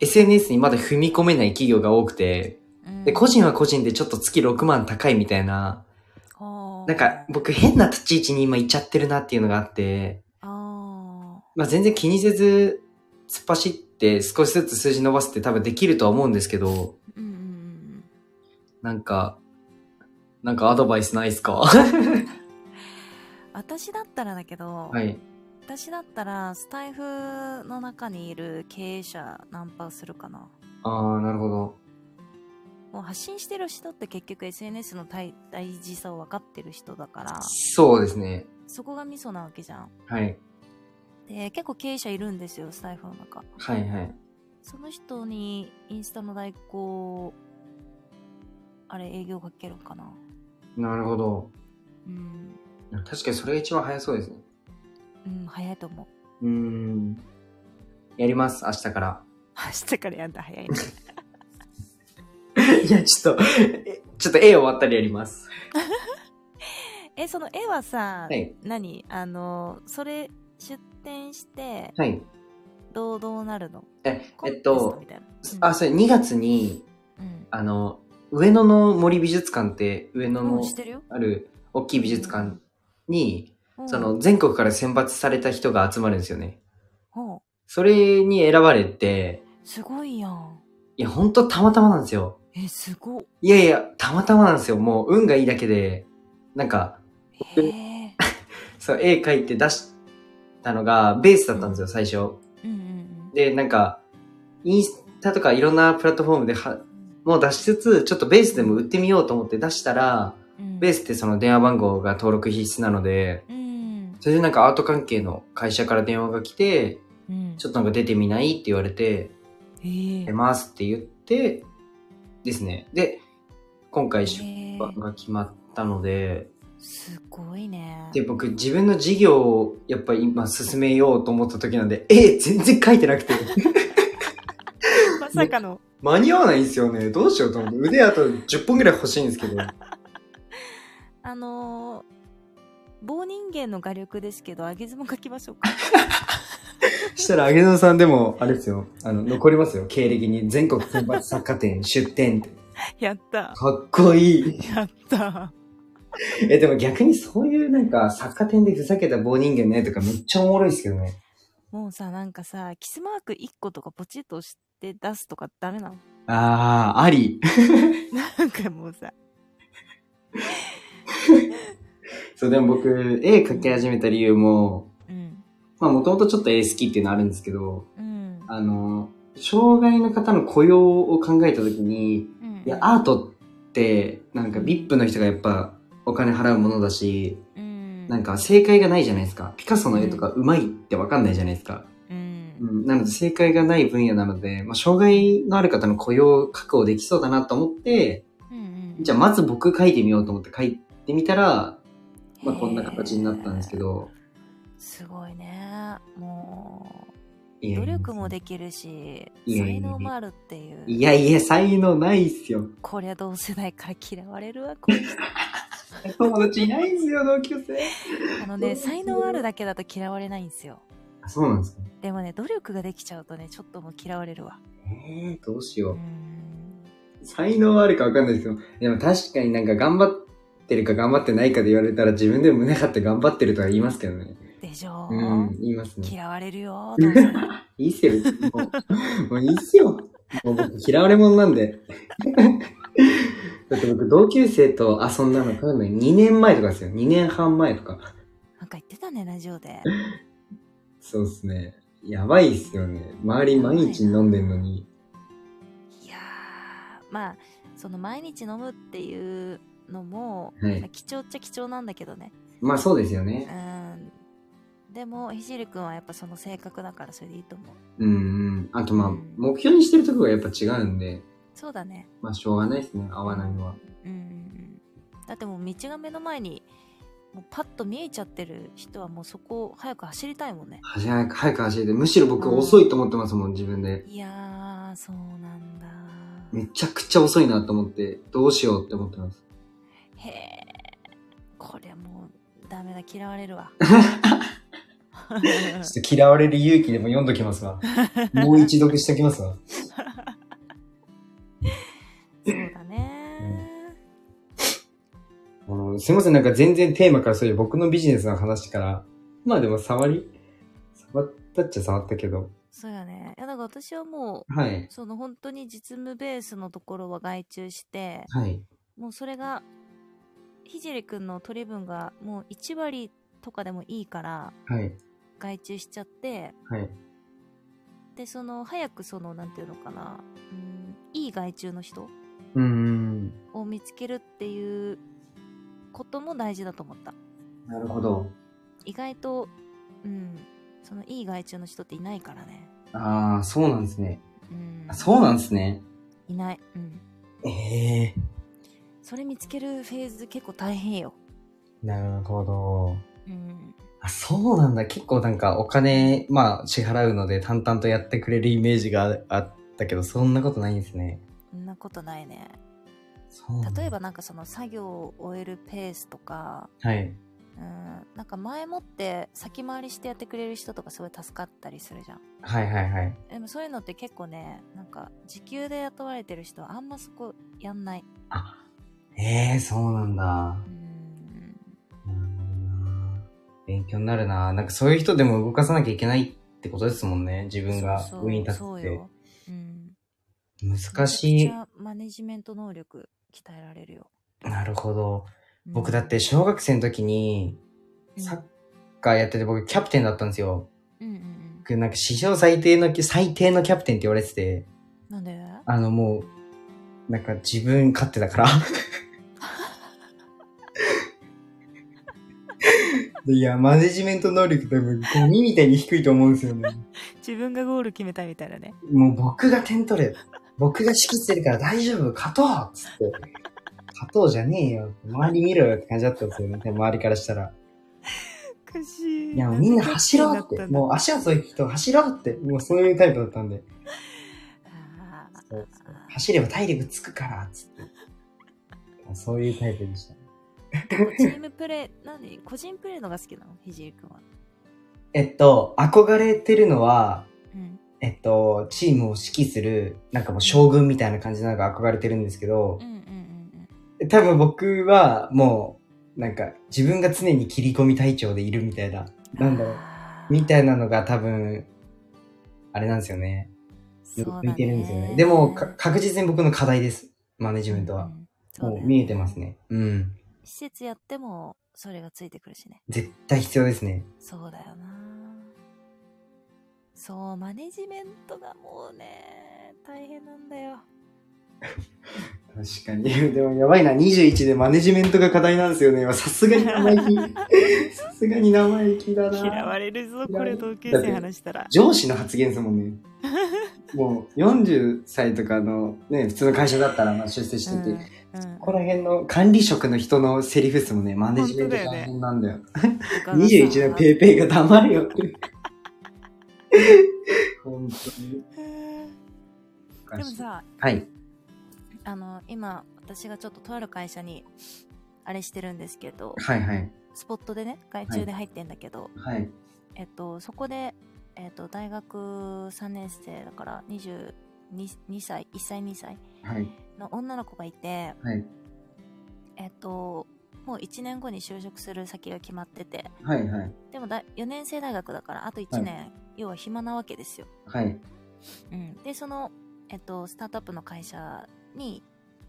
S1: SNS にまだ踏み込めない企業が多くて、
S2: うん。
S1: で、個人は個人でちょっと月6万高いみたいな、
S2: 人
S1: なんか、僕変な立ち位置に今いっちゃってるなっていうのがあって、
S2: あ
S1: まあ全然気にせず突っ走って少しずつ数字伸ばすって多分できるとは思うんですけど、
S2: ーうんうん
S1: なんか、なんかアドバイスないっすか
S2: *laughs* うん。私だったらだけど、
S1: はい。
S2: 私だったらスタイフの中にいる経営者ナンパするかな。
S1: ああ、なるほど。
S2: もう発信してる人って結局 SNS の大大事さを分かってる人だから、
S1: そうですね。
S2: そこがミソなわけじゃん。
S1: はい。
S2: で、結構経営者いるんですよ、スタイフの中。
S1: はいはい。
S2: その人にインスタの代行、あれ営業かけるかな。
S1: なるほど。
S2: うん。
S1: 確かにそれが一番早そうですね。
S2: うん、早いと思う。 *laughs*
S1: うーん。やります、明日
S2: *laughs*
S1: から。
S2: 明日からやんだ、早いね。
S1: いや、ちょっと、えちょっと A 終わったらやります。
S2: え、その絵はさ、
S1: はい。
S2: 何あの、それ、出展して、
S1: はい。
S2: どう、どうなるの
S1: え、
S2: コ
S1: え
S2: ン
S1: っ
S2: テスト
S1: と
S2: み、たいな。
S1: あ、それ2月に、
S2: うん。
S1: あの、上野の森美術館って、上野
S2: うん、
S1: の
S2: 知ってるよ。
S1: ある大きい美術館に、
S2: うん
S1: その、全国から選抜された人が集まるんですよね。
S2: うん
S1: それに選ばれて、
S2: すごいやん。
S1: いや、ほんとたまたまなんですよ。
S2: え、すごっ。
S1: いやいや、たまたまなんですよ。もう、運がいいだけで、なんか、
S2: へえ。
S1: そう、絵描いて出したのが、ベースだったんですよ、最初。
S2: うんうん
S1: で、なんか、インスタとかいろんなプラットフォームでは
S2: うん。
S1: もう出しつつ、ちょっとベースでも売ってみようと思って出したら、
S2: うん
S1: ベースってその電話番号が登録必須なので、
S2: うん。
S1: それでなんかアート関係の会社から電話が来て、
S2: うん。
S1: ちょっとなんか出てみないって言われて、
S2: へえ
S1: 出。ますって言って、ですね。で、今回出
S2: へえ
S1: 版が決まったので、
S2: すごいね。
S1: で、僕自分の事業をやっぱ今進めようと思った時なんで、え全然書いてなくて。
S2: *laughs* まさかの。
S1: 間に合わないんですよね。どうしようと思って。腕あと10本ぐらい欲しいんですけど。
S2: あのー、棒人間の画力ですけど、あげずも書きましょうか。
S1: したら、あげのさんでも、あれですよ。あの、残りますよ。経歴に。全国選抜作家展出展って。
S2: *laughs* やった。
S1: かっこいい。
S2: やった。
S1: え、でも逆にそういうなんか、作家展でふざけた棒人間の絵とかめっちゃおもろいですけどね。
S2: もうさ、なんかさ、キスマーク1個とかポチッと押して出すとかダメなの
S1: あー、あり。
S2: なんかもうさ、
S1: そう、でも僕、絵描き始めた理由も、
S2: うん。
S1: まあ、もともとちょっと絵好きっていうのあるんですけど、
S2: うん。
S1: あの、障害の方の雇用を考えたときに、
S2: うん
S1: いや、アートって、なんか VIP の人がやっぱお金払うものだし、
S2: うん。
S1: なんか正解がないじゃないですか。ピカソの絵とかうまいってわかんないじゃないですか。
S2: う。
S1: うんん、なので正解がない分野なので、まあ、障害のある方の雇用を確保できそうだなと思って、
S2: うん。
S1: じゃあまず僕描いてみようと思って描いてみたら、まあ、こんな形になったんですけ
S2: ど。
S1: ど。
S2: すごいね。も、
S1: いうやい
S2: 努
S1: や
S2: 力もできるし、
S1: いやいやいや
S2: 才能もあるっていう。
S1: いやいや、才能ないっすよ。 *laughs*
S2: こりゃ同世代から嫌われるわ、この人
S1: 友達いないんすよ、同級生。
S2: あのね、才能あるだけだと嫌われないんですよ。
S1: あそうなんですか。
S2: でもね、努力ができちゃうとね、ちょっともう嫌われるわ。
S1: えー、どうしよ
S2: う
S1: う。
S2: ん。
S1: 才能あるかわかんないですけど、でも確かになんか頑張ってるか頑張ってないかで言われたら自分でも胸張って頑張ってるとは言いますけどね。
S2: でしょう、
S1: うん、言いますね。
S2: 嫌われ
S1: *laughs*
S2: るよ、同世代。
S1: いいっすよ、もう。もういいっすよ。もう僕嫌われ者なんで。 *laughs* だって僕同級生と遊んだの、多分2年前とかですよ。2年半前とか。
S2: なんか言ってたね、ラジオで。
S1: そうっすね。やばいっすよね。周り毎日飲んでんのに。
S2: いやー、まあ、その毎日飲むっていうのも、
S1: はい。
S2: 貴重っちゃ貴重なんだけどね。
S1: まあそうですよ
S2: う
S1: ね。
S2: ん。でも、ひじりくんはやっぱその性格だからそれでいいと思う。
S1: うんうん。あとまあ、目標にしてるとこがやっぱ違うんで、
S2: そうだね。
S1: まあしょうがないですね、合わないのは。
S2: うん。だってもう道が目の前に、もうパッと見えちゃってる人はもうそこを早く走りたいもんね。
S1: 早く、早く走れて、むしろ僕遅いと思ってますもん、自分で。
S2: いやー、そうなんだ。
S1: めちゃくちゃ遅いなと思って、どうしようって思ってます。
S2: へえ。こりゃもう、ダメだ、嫌われるわ。
S1: ちょっと嫌われる勇気でも読んどきます *laughs* わ。もう一読しときますわ。
S2: そうだね。
S1: あのすいません、なんか全然テーマからそういう僕のビジネスの話から、まあでも触り、触ったっちゃ触ったけど。
S2: そうやね。いや、だから私はも
S1: はい。
S2: う、その本当に実務ベースのところは外注して、
S1: はい。
S2: もうそれが、ひじりくんの取り分がもう1割とかでもいいから、
S1: はい。
S2: 外注しちゃって、
S1: はい。
S2: で、その、早くその、なんていうのかな、うん、いい外注の人
S1: うーん。
S2: を見つけるっていうことも大事だと思った。
S1: なるほど。
S2: 意外と、うん、その、いい外注の人っていないからね。
S1: ああ、そうなんですね。
S2: うん。
S1: そうなんですね。
S2: いない。うん。
S1: ええ
S2: それ見つけるフェーズ結構大変よ。
S1: なるほど。
S2: うん。
S1: あそうなんだ。結構なんかお金、まあ支払うので淡々とやってくれるイメージがあったけど、そんなことないんですね。
S2: そんなことないね。
S1: そうなんだ
S2: 例えばなんかその作業を終えるペースとか、
S1: はい。
S2: うん、なんか前もって先回りしてやってくれる人とかすごい助かったりするじゃん。
S1: はいはいはい。
S2: でもそういうのって結構ね、なんか時給で雇われてる人はあんまそこやんない。
S1: ええー、そうなんだ。な
S2: うん。
S1: るほどな。勉強になるな。なんかそういう人でも動かさなきゃいけないってことですもんね。自分が
S2: そうそう
S1: 上に立つ
S2: そう
S1: って
S2: よ。。うん。
S1: 難し
S2: め
S1: い
S2: ち。ゃくちゃマネジメント能力鍛えられるよ。
S1: なるほど。
S2: うん
S1: 僕だって小学生の時にサッカーやってて僕キャプテンだったんですよ。
S2: うんうんうん。
S1: 僕なんか史上最低のキ、最低のキャプテンって言われてて、
S2: なんで
S1: あのもう、なんか自分勝手だ *laughs* から。いや、マネジメント能力多分ゴミみたいに低いと思うんですよね。
S2: 自分がゴール決めたみたいなね。
S1: もう僕が点取る。僕が仕切ってるから大丈夫、勝とうっつって。勝とうじゃねえよ。周り見ろよって感じだったんですよね。周りからしたら。
S2: おかしい。
S1: いや、みんな走ろうって。もう
S2: あ
S1: 足はそういう人走ろうって。もうそういうタイプだったんで。
S2: あー
S1: そうそう走れば体力つくから、つって。そういうタイプでした。
S2: チームプレー、なんで個人プレーのが好きなのひじりくんは。
S1: えっと、憧れてるのは、
S2: うん。
S1: えっと、チームを指揮する、なんかもう将軍みたいな感じなのが憧れてるんですけど
S2: うんう、んうん
S1: 多分僕はもう、なんか自分が常に切り込み隊長でいるみたいな、
S2: うん。
S1: なんだろう、
S2: あー
S1: みたいなのが多分、あれなんですよね。よく向いてるんですよね。でもか、確実に僕の課題です。マネジメントは。。
S2: そうだ
S1: も
S2: ねうんそうだよ
S1: う見えてますね。うん。
S2: 施設やっても、それがついてくるしね。
S1: 絶対必要ですね。
S2: そうだよなそう、マネジメントがもうね、大変なんだよ。
S1: 確かに。 *laughs* でもやばいな、21でマネジメントが課題なんですよね。今さすがに生意気。 *laughs* さすがに生意気だな。
S2: れるぞ
S1: 嫌われ
S2: 同級
S1: だって
S2: したら。
S1: 上司の発言ですもんね。もう40歳とかのね、普通の会社だったらまあ出世してて、こ
S2: うん
S1: こら辺の管理職の人のセリフですもんね。マネジメント
S2: 本当だよね
S1: 大変なんだよ。
S2: うん
S1: 21のペイペイが黙れよっ
S2: *laughs*
S1: て。本当におか
S2: でも
S1: しい。
S2: さ、
S1: はい。
S2: あの、今、私がちょっととある会社に、あれしてるんですけど、
S1: はいはい。
S2: スポットでね、外注で入ってんだけど、
S1: はい。
S2: えっと、そこで、えっと、大学3年生だから22歳、1歳、2歳
S1: はい。
S2: の女の子がいて、
S1: はい。
S2: えっと、もう1年後に就職する先が決まってて、
S1: はいはい。
S2: でもだ4年生大学だから、あと
S1: は
S2: 1
S1: い
S2: 年、要は暇なわけですよ。
S1: はい。
S2: うん、で、その、えっと、スタートアップの会社に、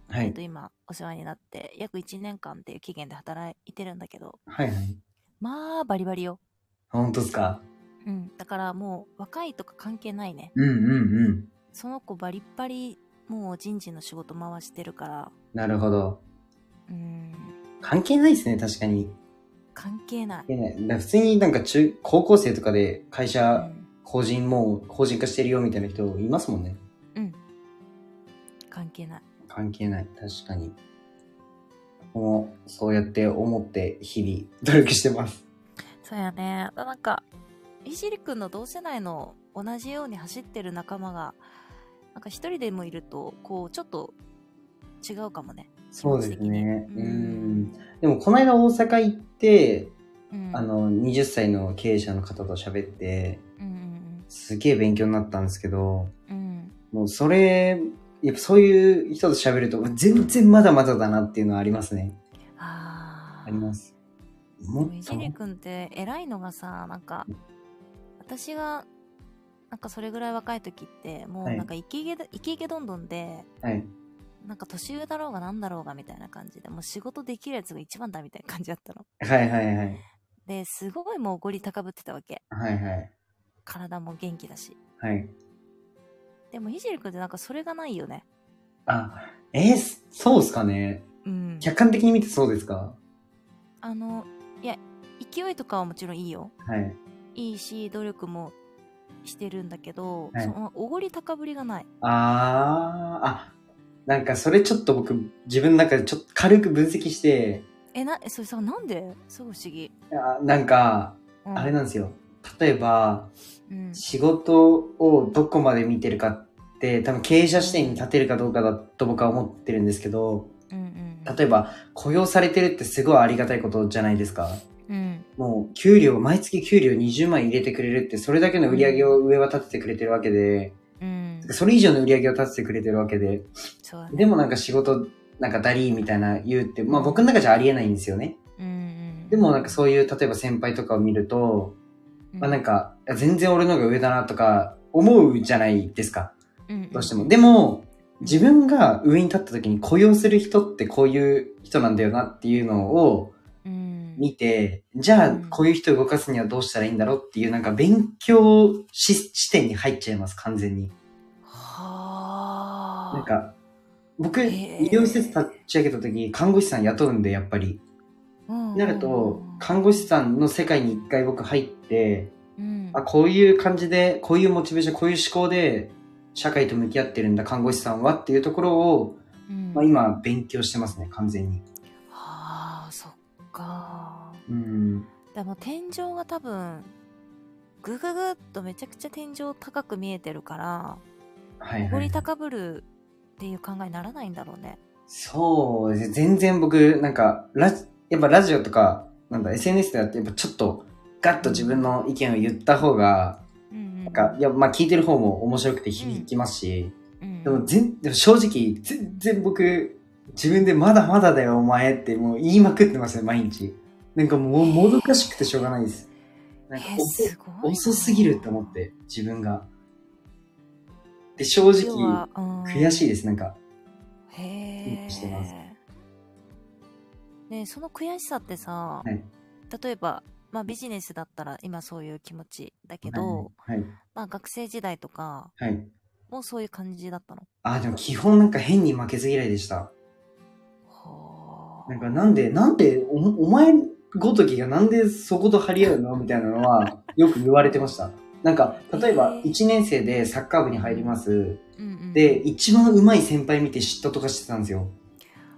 S1: は
S2: えっ
S1: い
S2: と、。今、お世話になって、約1年間っていう期限で働いてるんだけど、
S1: はいはい。
S2: まあ、バリバリよ。
S1: あ本当ですか
S2: うん、だからもう、若いとか関係ないね。
S1: うんうんうん。
S2: その子バリッバリもう人事の仕事回してるから
S1: なるほど。
S2: うーん
S1: 関係ないですね、確かに。
S2: 関係な
S1: 関
S2: い、
S1: 係ないだから普通になんか中、高校生とかで会
S2: う
S1: 社、
S2: ん、
S1: 法人もう法人化してるよみたいな人いますもんね。
S2: 関係ない
S1: 関係ない、確かに。僕もそうやって思って日々努力してます。
S2: そうやねなんかいじりくんの同世代の同じように走ってる仲間がなんか一人でもいるとこうちょっと違うかもね
S1: そうですね。
S2: 気持ち的
S1: う
S2: に
S1: ん。でもこの間大阪行って、
S2: うん
S1: あの、20歳の経営者の方と喋って、
S2: うん
S1: すげえ勉強になったんですけど、
S2: うんうん
S1: もうそれ、やっぱそういう人と喋ると、全然まだまだだなっていうのはありますね。
S2: あ
S1: あ
S2: あ
S1: ります。も
S2: い
S1: っと
S2: じりくんって偉いのがさなんか私がなんかそれぐらい若い時ってもうなんかイケイケだイケイケどんどんで
S1: はい。
S2: なんか年上だろうがなんだろうがみたいな感じで、もう仕事できるやつが一番だみたいな感じだったの。
S1: はいはいはい。
S2: で、すごいもうおごり高ぶってたわけ。
S1: はいはい。
S2: 体も元気だし。
S1: はい。
S2: でも、ひじりくんってなんかそれがないよね。
S1: あ、えーすそうっすかね
S2: うん。
S1: 客観的に見てそうですか
S2: あの、いや、勢いとかはもちろんいいよ。
S1: はい。
S2: いいし、努力もしてるんだけど、
S1: はい
S2: そのおごり高ぶりがない。
S1: あー、あ、なんかそれちょっと僕、自分の中でちょっと軽く分析して、
S2: え、な、えそれさ、なんですごい不思議。
S1: あなんか、
S2: うん、
S1: あれなんですよ。例えば、
S2: うん。
S1: 仕事をどこまで見てるかって、多分経営者視点に立てるかどうかだと僕は思ってるんですけど、
S2: うんうん
S1: 例えば、雇用されてるってすごいありがたいことじゃないですか。
S2: うん
S1: もう、給料、毎月給料20万入れてくれるって、それだけの売り上げを上は立ててくれてるわけで、
S2: うん
S1: それ以上の売り上げを立ててくれてるわけで、
S2: そうだね
S1: でもなんか仕事、なんかダリーみたいな言うって、まあ僕の中じゃありえないんですよね。
S2: うんうん
S1: でもなんかそういう、例えば先輩とかを見ると、まあなんか、いや全然俺の方が上だなとか思うじゃないですか。どうしても。でも、自分が上に立った時に雇用する人ってこういう人なんだよなっていうのを
S2: うん
S1: 見て、じゃ
S2: う
S1: あ
S2: ん
S1: こういう人を動かすにはどうしたらいいんだろうっていうなんか勉強し視点に入っちゃいます、完全に。
S2: はあ
S1: なんか、僕、
S2: へ
S1: 医
S2: ー
S1: 療施設立ち上げた時、看護師さん雇うんで、やっぱり。
S2: うん
S1: なると、看護師さんの世界に一回僕入って、
S2: うん
S1: あ、こういう感じで、こういうモチベーション、こういう思考で、社会と向き合ってるんだ、看護師さんはっていうところを、
S2: うん
S1: まあ、今、勉強してますね、完全に。
S2: はあそっか
S1: うん。
S2: でも天井が多分グググッとめちゃくちゃ天井高く見えてるから
S1: はい、
S2: お
S1: は
S2: ごり
S1: い。
S2: 高ぶるっていう考えにならないんだろうね
S1: そうですね、全然僕、なんか、ラジ、やっぱラジオとか、なんだ、SNS でやって、やっぱちょっと、ガッと自分の意見を言った方が、
S2: うんうん
S1: なんか、いや、まあ、聞いてる方も面白くて響きますし、
S2: うん
S1: でも全、でも正直、全然僕、自分でまだまだだよ、お前ってもう言いまくってますね、毎日。なんかもう、もどかしくてしょうがないです。なんか
S2: え
S1: 遅
S2: すごいな
S1: 遅すぎるって思って、自分が。で、正
S2: 要
S1: 直
S2: は、うん
S1: 悔しいです、なんか。
S2: へえ。
S1: してます
S2: ねえその悔しさって
S1: は
S2: さ、
S1: い
S2: 例えば、まあ、ビジネスだったら今そういう気持ちだけど、
S1: はい。
S2: まあ、学生時代とか
S1: はい。
S2: もそういう感じだったの
S1: あー、でも基本なんか変に負けず嫌いでした。
S2: はあ
S1: なんかなんで、なんで、おお前ごときがなんでそこと張り合うのみたいなの
S2: *laughs*
S1: は、よく言われてました。なんか、例えば、1年生でサッカー部に入ります。
S2: うんうん、
S1: で、一番上手い先輩見て嫉妬とかしてたんですよ。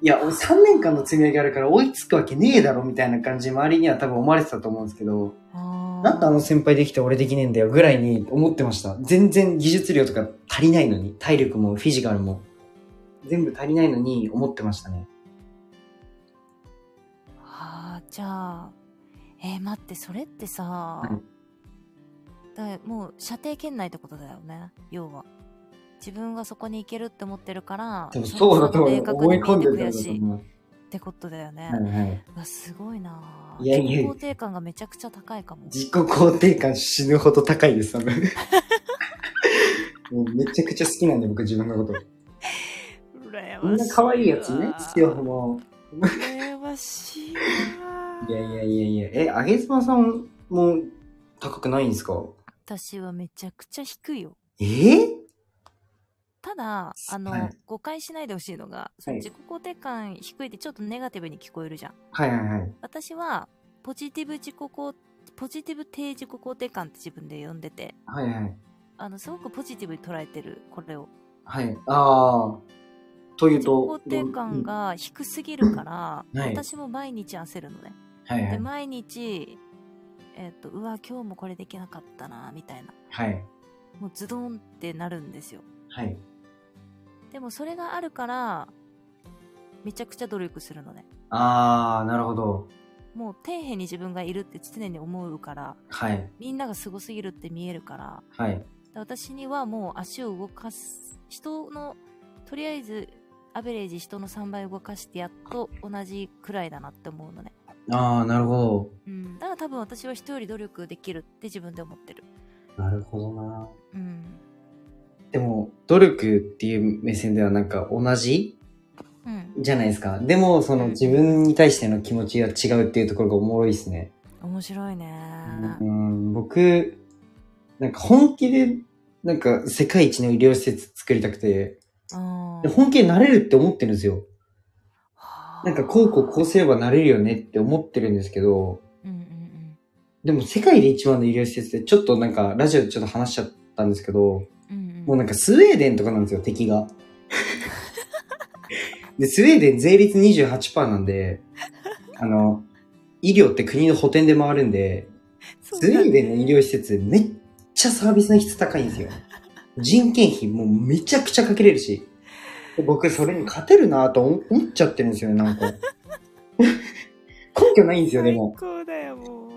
S1: いや、俺3年間の積み上げあるから追いつくわけねえだろみたいな感じで周りには多分思われてたと思うんですけど、な
S2: なん
S1: であの先輩できて俺できねえんだよぐらいに思ってました。全然技術量とか足りないのに、体力もフィジカルも。全部足りないのに思ってましたね。
S2: はあじゃあえー待ってそれってさ、
S1: い
S2: だもう射程圏内ってことだよね要は自分がそこに行けるって思ってるから
S1: 多分そうだと
S2: 明確に
S1: 思い込んで
S2: 見
S1: たん
S2: えて悔
S1: だと
S2: しいっ
S1: 思う。
S2: てことだよね、
S1: はいはい。
S2: うわすごいなあ
S1: いやいやいや
S2: 自己肯定感がめちゃくちゃ高いかも
S1: 自己肯定感死ぬほど高いです、多分。
S2: *laughs*
S1: もうめちゃくちゃ好きなんで僕自分のこと。
S2: 羨
S1: こん
S2: ましい
S1: な可愛いやつね、必要
S2: う
S1: もう。
S2: 羨ましいわ
S1: いやいやいやいや、え、あげつまさんも高くないんですか
S2: 私はめちゃくちゃ低いよ
S1: えー、
S2: ただあの、
S1: はい
S2: 誤解しないでほしいのが、その自己肯定感低いってちょっとネガティブに聞こえるじゃん
S1: はいはいはい。
S2: 私はポジティブ自己肯ポジティブ低自己肯定感って自分で呼んでて
S1: はいはい。
S2: あのすごくポジティブに捉えてるこれを
S1: はい。ああ。という
S2: 自己
S1: と
S2: 肯。定感
S1: うん。
S2: が低すぎるから、
S1: うんはい
S2: 私も毎日焦るのね、
S1: はいは
S2: で
S1: い。
S2: 毎日えっ、とうわ今日もこれできなかったなみたいな
S1: はい。
S2: もうズドンってなるんですよ
S1: はい。
S2: でもそれがあるからめちゃくちゃ努力するのね
S1: ああ、なるほど。
S2: もう底辺に自分がいるって常に思うから
S1: はい。
S2: みんながすごすぎるって見えるから
S1: はい。
S2: で私にはもう足を動かす人のとりあえずアベレージ人の3倍動かしてやっと同じくらいだなって思うのね、
S1: ああ、なるほ
S2: うん、だから多分私は人より努力できるって自分で思ってる、
S1: ど。なるほどな。
S2: うん、
S1: でも、努力っていう目線ではなんか同じ
S2: うん
S1: じゃないですか。でも、その自分に対しての気持ちが違うっていうところがおもろいですね。
S2: 面白いね
S1: うん、僕、なんか本気で、なんか世界一の医療施設作りたくて、
S2: うん
S1: で本気でなれるって思ってるんですよ。
S2: はあ
S1: なんかこうこうこうすればなれるよねって思ってるんですけど、
S2: うんうん
S1: でも世界で一番の医療施設でちょっとなんかラジオでちょっと話しちゃったんですけど、
S2: うんうん
S1: もうなんかスウェーデンとかなんですよ、敵が。で、スウェーデン税率28%なんで、あの、医療って国の補填で回るんで、
S2: そう
S1: ス
S2: だ
S1: ウ
S2: ね
S1: ェーデンの医療施設、めっちゃサービスの質高いんですよ。人件費もうめちゃくちゃかけれるし、僕、それに勝てるなと思思っちゃってるんですよね、なんか。根拠ないんですよ、で
S2: 最
S1: も。
S2: 高だよ、も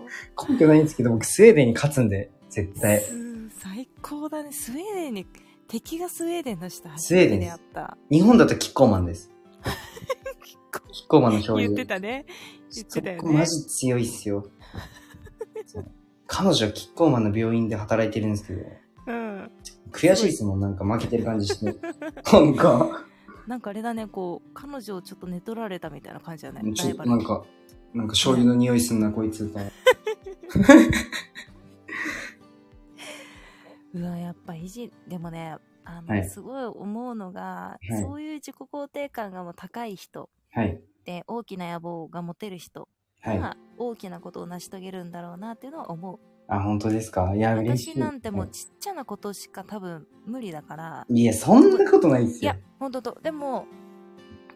S2: う。
S1: 根拠ないんですけど、僕、スウェーデンに勝つんで、絶対。
S2: す最高だね。スウェーデンに、敵がスウェーデンの人初
S1: スウェーデ
S2: め
S1: ン
S2: て
S1: です
S2: やった。
S1: 日本だとキッコーマンです。キッコーマンの醤
S2: 言
S1: 油。
S2: ってたね。言ってたよね
S1: そこマジ強いっすよ。そう彼女はキッコーマンの病院で働いてるんですけど、
S2: うん。
S1: 悔しいですもん、なんか負けてる感じして。なんか、
S2: なんかあれだね、こう、彼女をちょっと寝取られたみたいな感じだね。
S1: ち
S2: ラ
S1: ょ
S2: イ
S1: っと
S2: バ
S1: な
S2: ル
S1: ん
S2: に。
S1: か、なんか醤油の匂いすんな、こいつと。
S2: うわ、やっぱ意地。でもね、あの、
S1: はい
S2: すごい思うのが、
S1: はい
S2: そういう自己肯定感がもう高い人
S1: はい。
S2: で、大きな野望が持てる人
S1: はい。
S2: が大きなことを成し遂げるんだろうなっていうのは思う。
S1: あ、本当ですかいや、嬉しい。
S2: 私なんてもう
S1: は
S2: ちっちゃなことしか多分無理だから、
S1: いいや、そんなことないっす
S2: い
S1: よ
S2: や。、本当と、でも、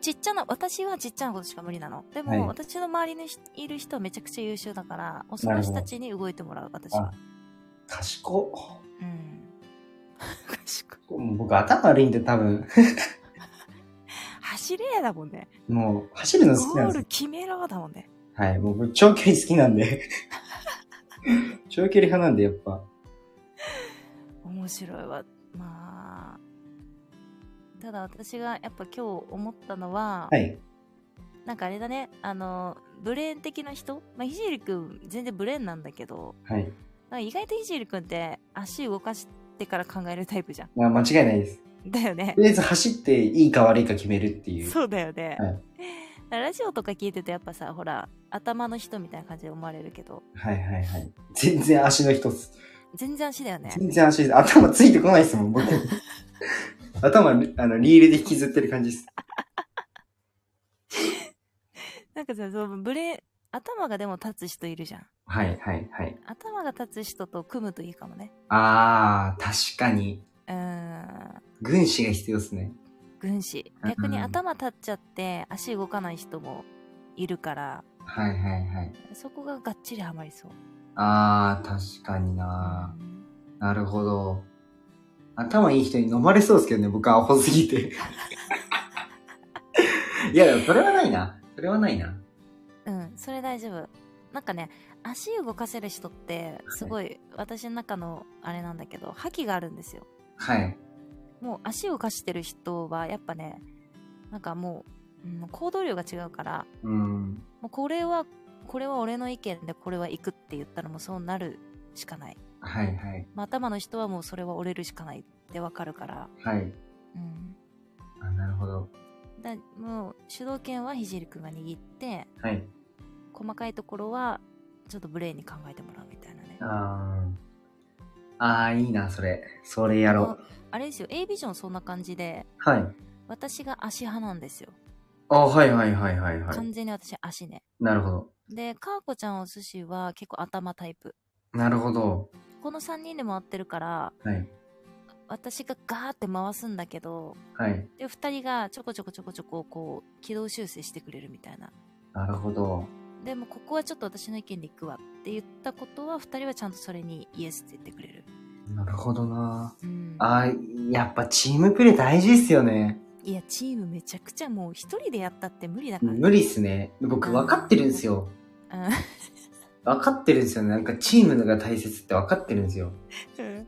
S2: ちっちゃな、私はちっちゃなことしか無理なの。でも、
S1: はい
S2: 私の周りにいる人はめちゃくちゃ優秀だから、おそ
S1: なる
S2: の
S1: ほ
S2: 人
S1: ど
S2: たちに動いてもらう、私は。
S1: 賢
S2: うん。賢い
S1: っ。もう僕、頭悪いんで、多分。
S2: *laughs* 走れだもんね。
S1: もう、走るの好き
S2: ゴ
S1: なん
S2: ー
S1: です
S2: ル
S1: よ。
S2: 決めろだもんね。
S1: はい。もう僕、長距離好きなんで。 *laughs* 長距離派なんで、やっぱ。
S2: 面白いわ。まあ。ただ私がやっぱ今日思ったのは、
S1: はい。
S2: なんかあれだね、あの、ブレーン的な人まあ、ひじりくん全然ブレーンなんだけど、
S1: はい。
S2: なんか意外とひじりくんって足動かしてから考えるタイプじゃん。
S1: まあ、間違いないです。
S2: だよね
S1: と。りあえず走っていいか悪いか決めるっていう。
S2: そうだよね。
S1: はい
S2: ラジオとか聞いててやっぱさ、ほら、頭の人みたいな感じで思われるけど、
S1: はいはいはい。全然足の一つ。
S2: 全然足だよね。
S1: 全然足、頭ついてこないですもん、
S2: *laughs*
S1: 僕。頭、あの、リールで引きずってる感じです。
S2: なんかさ、そのブレ、頭がでも立つ人いるじゃん。
S1: はいはいはい。
S2: 頭が立つ人と組むといいかもね。
S1: あー、確かに。
S2: うーん。
S1: 軍師が必要ですね。
S2: 軍師。
S1: うん
S2: 逆に頭立っちゃって足動かない人もいるから、
S1: はいはいはい。
S2: そこががっちりハマりそう。
S1: あー、確かにななるほど。頭いい人に飲まれそうですけどね、僕はアホすぎて。 *laughs* いや、でもそれはないな。それはないな。
S2: うん、それ大丈夫。なんかね、足動かせる人って、すごい、私の中のあれなんだけど、覇気があるんですよ。
S1: はい。
S2: もう足を動かしてる人は、やっぱね、なんかもう、うん行動量が違うから、
S1: うん。
S2: もうこれは、これは俺の意見でこれは行くって言ったらもうそうなるしかない。
S1: はいはい。
S2: まあ、頭の人はもうそれは折れるしかないってわかるから、
S1: はい。
S2: うん。
S1: あなるほど。
S2: だもう、主導権はひじりくんが握って、
S1: はい。
S2: 細かいところは、ちょっとブレーンに考えてもらうみたいなね。
S1: あーあー、いいな、それ。それやろう。
S2: あれですよ、A ビジョンそんな感じで、
S1: はい。
S2: 私が足派なんですよ。
S1: あはいはいはいはいは
S2: 完
S1: い。
S2: 全に私足ね。
S1: なるほど。
S2: で、かーこちゃんお寿司は結構頭タイプ。
S1: なるほど。
S2: この3人で回ってるから、
S1: はい。
S2: 私がガーって回すんだけど、
S1: はい。
S2: で、2人がちょこちょこちょこちょこ、こう、軌道修正してくれるみたいな。
S1: なるほど。
S2: でも、ここはちょっと私の意見で行くわって言ったことは、2人はちゃんとそれにイエスって言ってくれる。
S1: なるほどな。
S2: うん。
S1: ああ、やっぱチームプレー大事っすよね。
S2: いや、チームめちゃくちゃもう1人でやったって無理だからね。
S1: 無理っすね。僕分かってるんですよ。分かってるんですよね。なんかチームのが大切って分かってるんですよ。
S2: うん。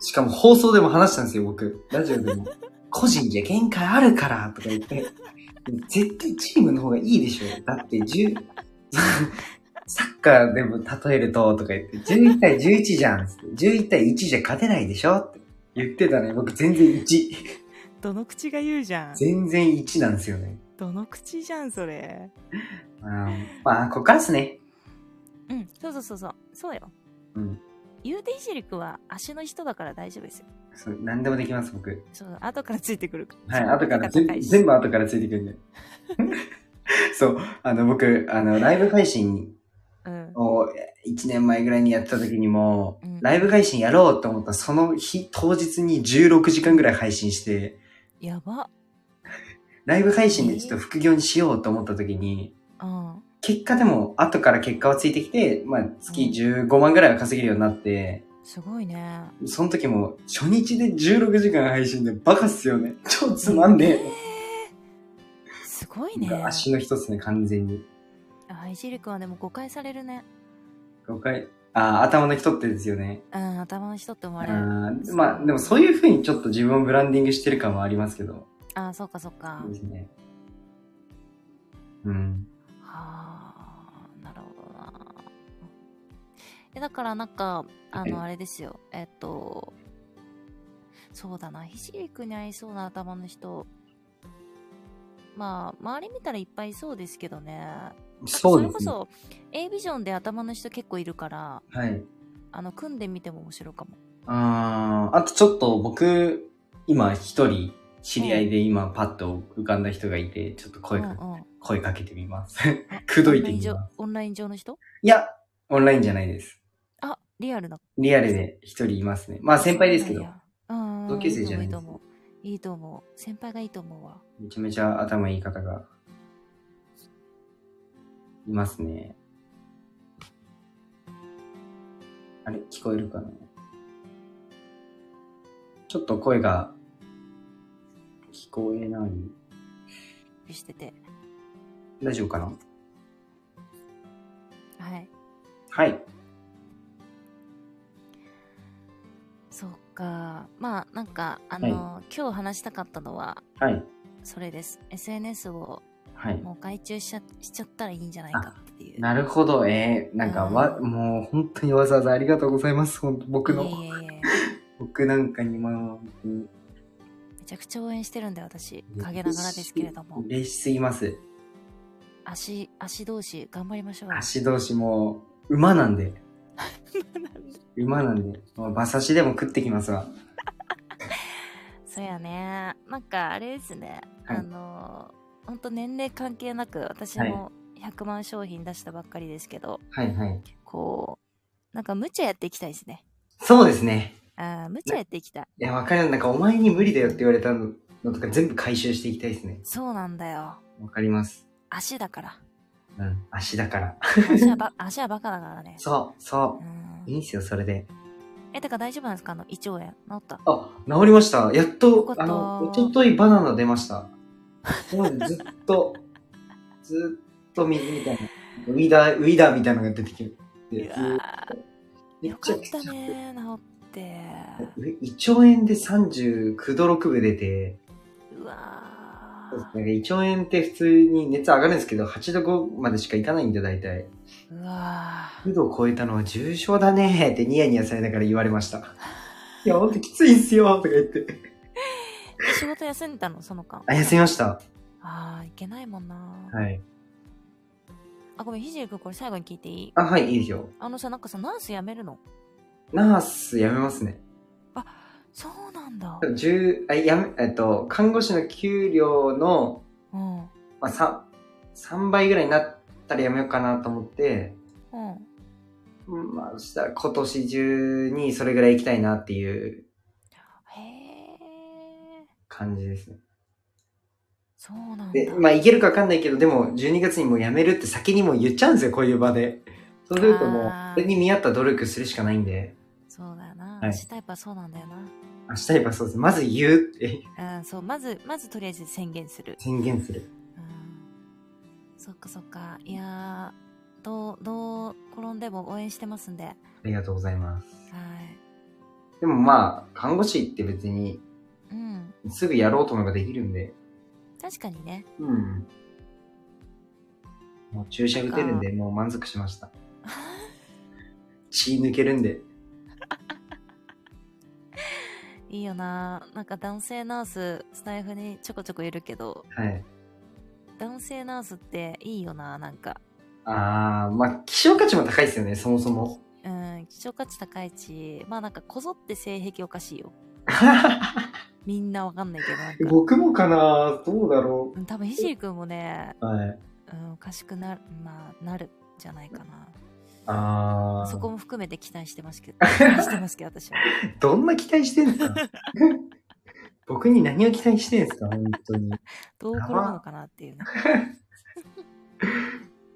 S1: しかも放送でも話したんですよ、僕。ラジオでも。個人じゃ限界あるからとか言って。絶対チームの方がいいでしょ。だって10、サッカーでも例えるととか言って、11対11じゃんっつって。11対1じゃ勝てないでしょって言ってたね。僕全然1。
S2: どの口が言うじゃん
S1: 全然1なんですよね。
S2: どの口じゃん、それ。
S1: うんまあ、こっからっすね。
S2: うん、そうそうそうそう。そうよ。
S1: うん。
S2: 言うてひじりくんは足の人だから大丈夫ですよ。
S1: そう何でもできます、僕。
S2: そう、後からついてくるから。
S1: はい、後から
S2: 背
S1: 全
S2: が高いし
S1: 全部後からついてく
S2: *laughs*
S1: るんで。そう、あの僕、あの、ライブ配信
S2: うん。
S1: を1年前ぐらいにやってた時にも、
S2: うん
S1: ライブ配信やろうと思ったその日、当日に16時間ぐらい配信して、
S2: やば。
S1: ライブ配信でちょっと副業にしようと思った時に、
S2: うん。
S1: 結果でも後から結果はついてきて、まあ月15万ぐらいは稼げるようになって、
S2: すごいね。
S1: その時も初日で16時間配信でバカっすよ
S2: *laughs*
S1: ね。超つまんね
S2: えーすごい
S1: え。
S2: ね。
S1: 足の一つね、完全に。
S2: あ、いじりくんはでも誤解されるね。
S1: 誤解。ああ、頭の人ってですよね。
S2: うん、頭の人って思わ
S1: あ
S2: れる。
S1: ーまあ、でもそういう風にちょっと自分をブランディングしてる感はありますけど。
S2: あ、そうかそうか
S1: そう。ですね。うん。
S2: はあ、なるほどな。え、だからなんか、あの、
S1: は
S2: あれですよ。えっと、そうだな。ひじりくんに合いそうな頭の人。まあ、周り見たらいっぱいいそうですけどね。
S1: そうで
S2: れこ
S1: すね。
S2: そ、A ビジョンで頭の人結構いるから、
S1: はい。
S2: あの、組んでみても面白いかも。
S1: あーあとちょっと僕、今一人、知り合いで今パッと浮かんだ人がいて、ちょっと声か,、
S2: うんうん
S1: 声かけてみます。 *laughs* 口説いてみます。
S2: オンライン上オンライン上の人
S1: いや、オンラインじゃないです。
S2: あ、リアルな。
S1: リアルで一人いますね。まあ先輩ですけど
S2: い、や。うんうん。
S1: 同級生じゃない
S2: い
S1: ん
S2: と
S1: です
S2: 思う。いいと思う。先輩がいいと思うわ。
S1: めちゃめちゃ頭いい方が、いますね。あれ、聞こえるかなちょっと声が、聞こえない。
S2: してて。
S1: 大丈夫かな
S2: はい。
S1: はい。
S2: そうか。まあ、なんか、あの、今日話したかったのは、
S1: はい。
S2: それです。SNS を
S1: はい。
S2: もう外注しちゃしちゃったらいいんじゃないかっていう。
S1: なるほど。えー、なんかわ、もう本当にわざわざありがとうございます。本当僕の、
S2: いえいえいえ。
S1: 僕なんかにも、本当に
S2: めちゃくちゃ応援してるんで、私。陰ながらですけれ
S1: *laughs*
S2: ども。
S1: 嬉しすぎます。
S2: 足、足同士頑張りましょう。
S1: 足同士もう馬なんで馬なんでもう馬刺しでも食ってきますわ
S2: そうやね。なんかあれですね。
S1: はい
S2: あのー、ほんと年齢関係なく、私
S1: はい
S2: も100万商品出したばっかりですけど、
S1: はいはい
S2: こう、なんか無茶やっていきたいですね。
S1: そうですね
S2: ああ、無茶やっていきたい。
S1: いやわかるなんかお前に無理だよって言われたのとか全部回収していきたいですね
S2: そうなんだよ。
S1: わかります
S2: 足だ
S1: *laughs*
S2: から。
S1: うん足だから
S2: 足はば足はバカだからね。。
S1: そうそううんいいんすよそれで
S2: え、だから大丈夫なんですかあの、胃腸炎。治った。
S1: あ治りましたやっ
S2: よ
S1: と
S2: かった
S1: あの一昨日バナナ出ましたそうですずっとずっと水みたいなウィダーウィダーみたいなのが出てきて
S2: う
S1: ずーっ
S2: わ
S1: と
S2: ーよかったね、治
S1: *laughs*
S2: って。
S1: え胃腸炎で39度6分出て、
S2: うわ
S1: なんか
S2: ー
S1: 胃腸炎って普通に熱上がるんですけど、8度5までしかいかないんで、大体。
S2: うわー
S1: 9度を超えたのは重症だねってニヤニヤされながら言われました。いや、ほんときついんすよとか言って。
S2: え仕事休んでたのその間。
S1: あ、休みました。
S2: ああ、いけないもんな。
S1: はい。
S2: あ、ごめん、ひじりくん、これ最後に聞いていい
S1: あ、はい、いいですよ。
S2: あのさ、なんかさ、ナース辞めるの
S1: ナース辞めますね。
S2: そうなんだ
S1: 多。分10、あ、やめ、えっと、看護師の給料の、
S2: うん。うん。
S1: まあ、3、3倍ぐらいになったら辞めようかなと思って、うんまあ、そしたら今年中にそれぐらい行きたいなっていう
S2: へえ。
S1: 感じですね。
S2: そうなん
S1: で、
S2: だ。
S1: まあ、いけるかわかんないけど、でも、12月にもう辞めるって先にもう言っちゃうんですよ、こういう場で。そうするともう
S2: あー、
S1: それに見合った努力するしかないんで、
S2: そうだよな。
S1: はい
S2: 私タイプはそうなんだよ
S1: 明日言えばそうです。まず言うって
S2: な。うん、そう、まず、まずとりあえず宣言する。
S1: 宣言する。
S2: うん。そっかそっか。いやー、どう、どう転んでも応援してますんで。は
S1: ありがとうございます。
S2: い。
S1: でもまあ、看護師って別に、
S2: うん。
S1: すぐやろうと思えばできるんで、
S2: 確かにね。
S1: うん。もう注射打てるんで、もう満足しました。血抜けるんで。
S2: いいよな。なんか男性ナース、スタイフにちょこちょこいるけど、
S1: はい。
S2: 男性ナースっていいよな、なんか。
S1: あー、まあ、希少価値も高いですよね、そもそも。
S2: うん、希少価値高いし、まあなんかこぞって性癖おかしいよ。みんなわかんないけど、なんか。
S1: 僕もかなどうだろ
S2: うん多分ひじりくんもね、
S1: う。はい。
S2: うん、おかしくなる、まあ、なるんじゃないかな。
S1: あー。
S2: そこも含めて期待してま
S1: *laughs*
S2: すけど、期待してますけど、私は。
S1: どんな期待してん
S2: *laughs*
S1: すか僕に何を期待してんすか本当に。
S2: *laughs* どう転ぶのかなっていうね。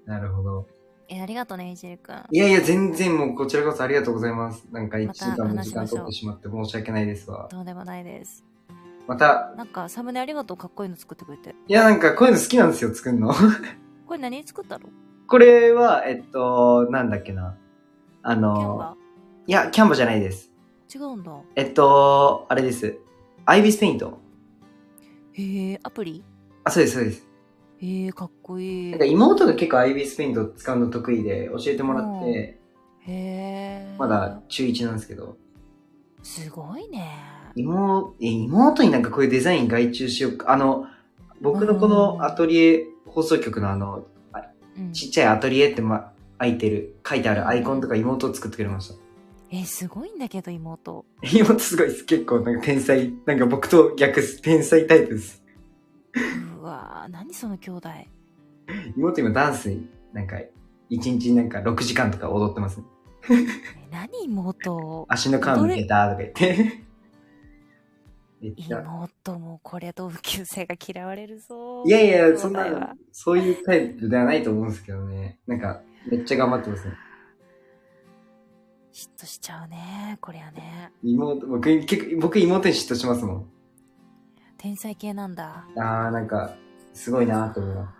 S1: なるほど。
S2: え、ありがとうね、いじるくん。
S1: いやいや、全然もうこちらこそありがとうございます。なんか1
S2: ま
S1: 時
S2: た
S1: 間も時間
S2: 話しましょう
S1: 取ってしまって申し訳ないですわ。
S2: とんでもないです。
S1: また、
S2: なんか、サムネありがとう、かっこいいの作ってくれて。
S1: いやなんかこういうの好きなんですよ、作るの。 *laughs*
S2: これ何作ったの
S1: これは、えっと、なんだっけな。あ
S2: キャン
S1: の、
S2: バ
S1: いや、キャンバじゃないです。
S2: 違うんだ。
S1: えっと、あれです。アイビスペイント。
S2: へえ、アプリ
S1: あ、そうです、そうです。
S2: へえ、かっこいい
S1: なんか。妹が結構アイビスペイント使うの得意で教えてもらって、
S2: へえ。
S1: まだ。中1なんですけど、
S2: すごいね。
S1: 妹、え妹になんかこういうデザイン外注しようか。あの、僕のこ
S2: う
S1: の
S2: ん
S1: アトリエ、放送局のあの、
S2: うん、
S1: ちっちゃいアトリエって、ま、開いてる、書いてあるアイコンとか妹を作ってくれました。 *laughs*
S2: え、すごいんだけど、妹。
S1: 妹すごいです。結構なんか天才、なんか僕と逆です。天才タイプです。
S2: うわぁ、何その兄弟。
S1: 妹今ダンスになんか、一日なんか6時間とか踊ってます、
S2: え何妹
S1: 足の皮むけたとか言って。 *laughs* めっちゃ。
S2: 妹もこれ同級生が嫌われるぞ。
S1: いやい
S2: 兄
S1: や、
S2: 弟
S1: そんな
S2: は、
S1: そういうタイプではないと思うんですけどね。なんか、めっちゃ頑張ってますね。
S2: 嫉妬しちゃうね、こりゃね。
S1: 妹、僕、結構、僕妹に嫉妬しますもん。
S2: 天才系なんだ。
S1: あー、なんか、すごいなと思います。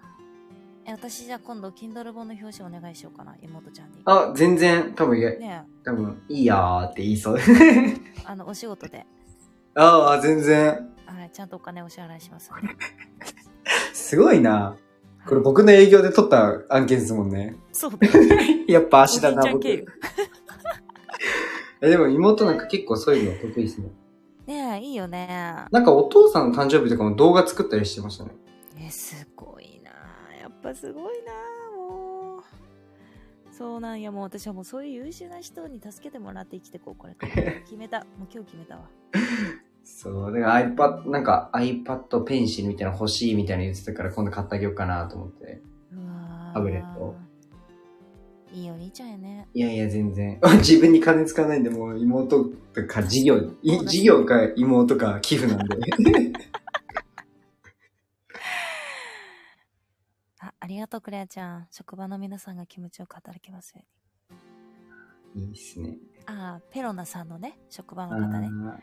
S2: え、私じゃあ今度、Kindle 本の表紙お願いしようかな、妹ちゃんに。
S1: あ、全然、多分、いや
S2: ね
S1: 多分、いいやーって言いそう。 *laughs*
S2: えあの、お仕事で。
S1: あー、全然。
S2: はい、ちゃんとお金お支払いしますんで。
S1: すごいなこれ
S2: はい
S1: 僕の営業で取った案件ですもんね。
S2: そうだ。
S1: やっぱ
S2: おじ
S1: 足
S2: いち
S1: だな、
S2: ゃん
S1: 僕。
S2: 経由
S1: え、でも妹なんか結構そういうの得意ですね。
S2: ねえ、いいよね。
S1: なんかお父さんの誕生日とかも動画作ったりしてましたね。
S2: え、すごいなあやっぱすごいなあもう。そうなんや、もう私はもうそういう優秀な人に助けてもらって生きてこう、これから。 *laughs* 決めた。もう今日決めたわ。
S1: そう、だから iPad、なんか iPad ペンシルみたいなの欲しいみたいなの言ってたから今度買ってあげようかなと思って。
S2: うわあ
S1: タブレット
S2: いいお兄ちゃんやね。
S1: いやいや、全然。 *laughs* 自分に金使わないんで、もう妹とか事業、い
S2: そうだね
S1: 事業か妹か寄付
S2: *laughs*
S1: なんで。
S2: あ、ありがとう、クレアちゃん。職場の皆さんが気持ちよく働けますよ
S1: いいっすね。
S2: うに。ああ、ペロナさんのね、職場
S1: あ
S2: の方ね。
S1: ー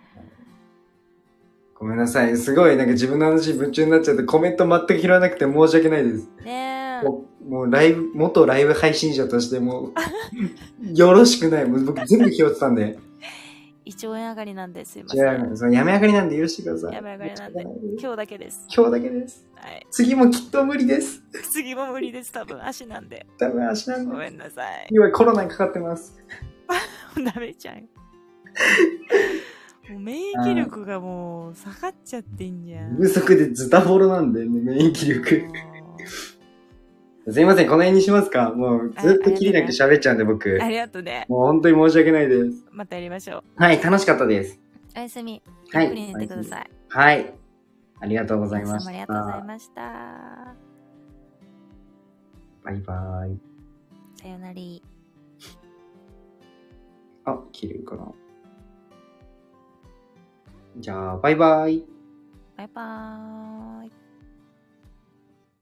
S1: ごめんなさい。すごい、なんか自分の話夢中になっちゃってコメント全く拾わなくて申し訳ないです。
S2: ねえ。
S1: もうもうライブ、元ライブ配信者としてもう、 *laughs* よろしくない。もう僕全部拾ってたん
S2: *laughs*
S1: で。
S2: 一兆円上がりなんです。すいませ
S1: じゃ
S2: ん。
S1: あ、そのやめ上がりなんで許してください。
S2: やめ上がりなんで
S1: 今
S2: 今日だけです。
S1: 日だけです。
S2: はい。
S1: 次もきっと無理です。
S2: 次も無理です。多分足なんで。
S1: 多分足なん
S2: ご
S1: で。
S2: めんなさい。
S1: 今コロナにかかってます。
S2: ダメじゃん。もう免疫力がもう下がっちゃってんじゃん。
S1: 不足でズタボロなんで、ね、免疫力。
S2: も
S1: すいません、この辺にしますかもうずっときりなく喋っちゃうんで、僕
S2: う。ありがとうね。
S1: もう本当に申し訳ないです。
S2: またやりましょう。
S1: はい、楽しかったです。
S2: おやすみ。
S1: はい
S2: ゆっくり寝てください。
S1: はい。ありがとうござい
S2: 皆様
S1: まし
S2: ありがとうござい
S1: た。
S2: ました。
S1: バイバイ。
S2: さよなり。
S1: あ、切れるかな。じゃあ、バイバイ。
S2: バイバーイ。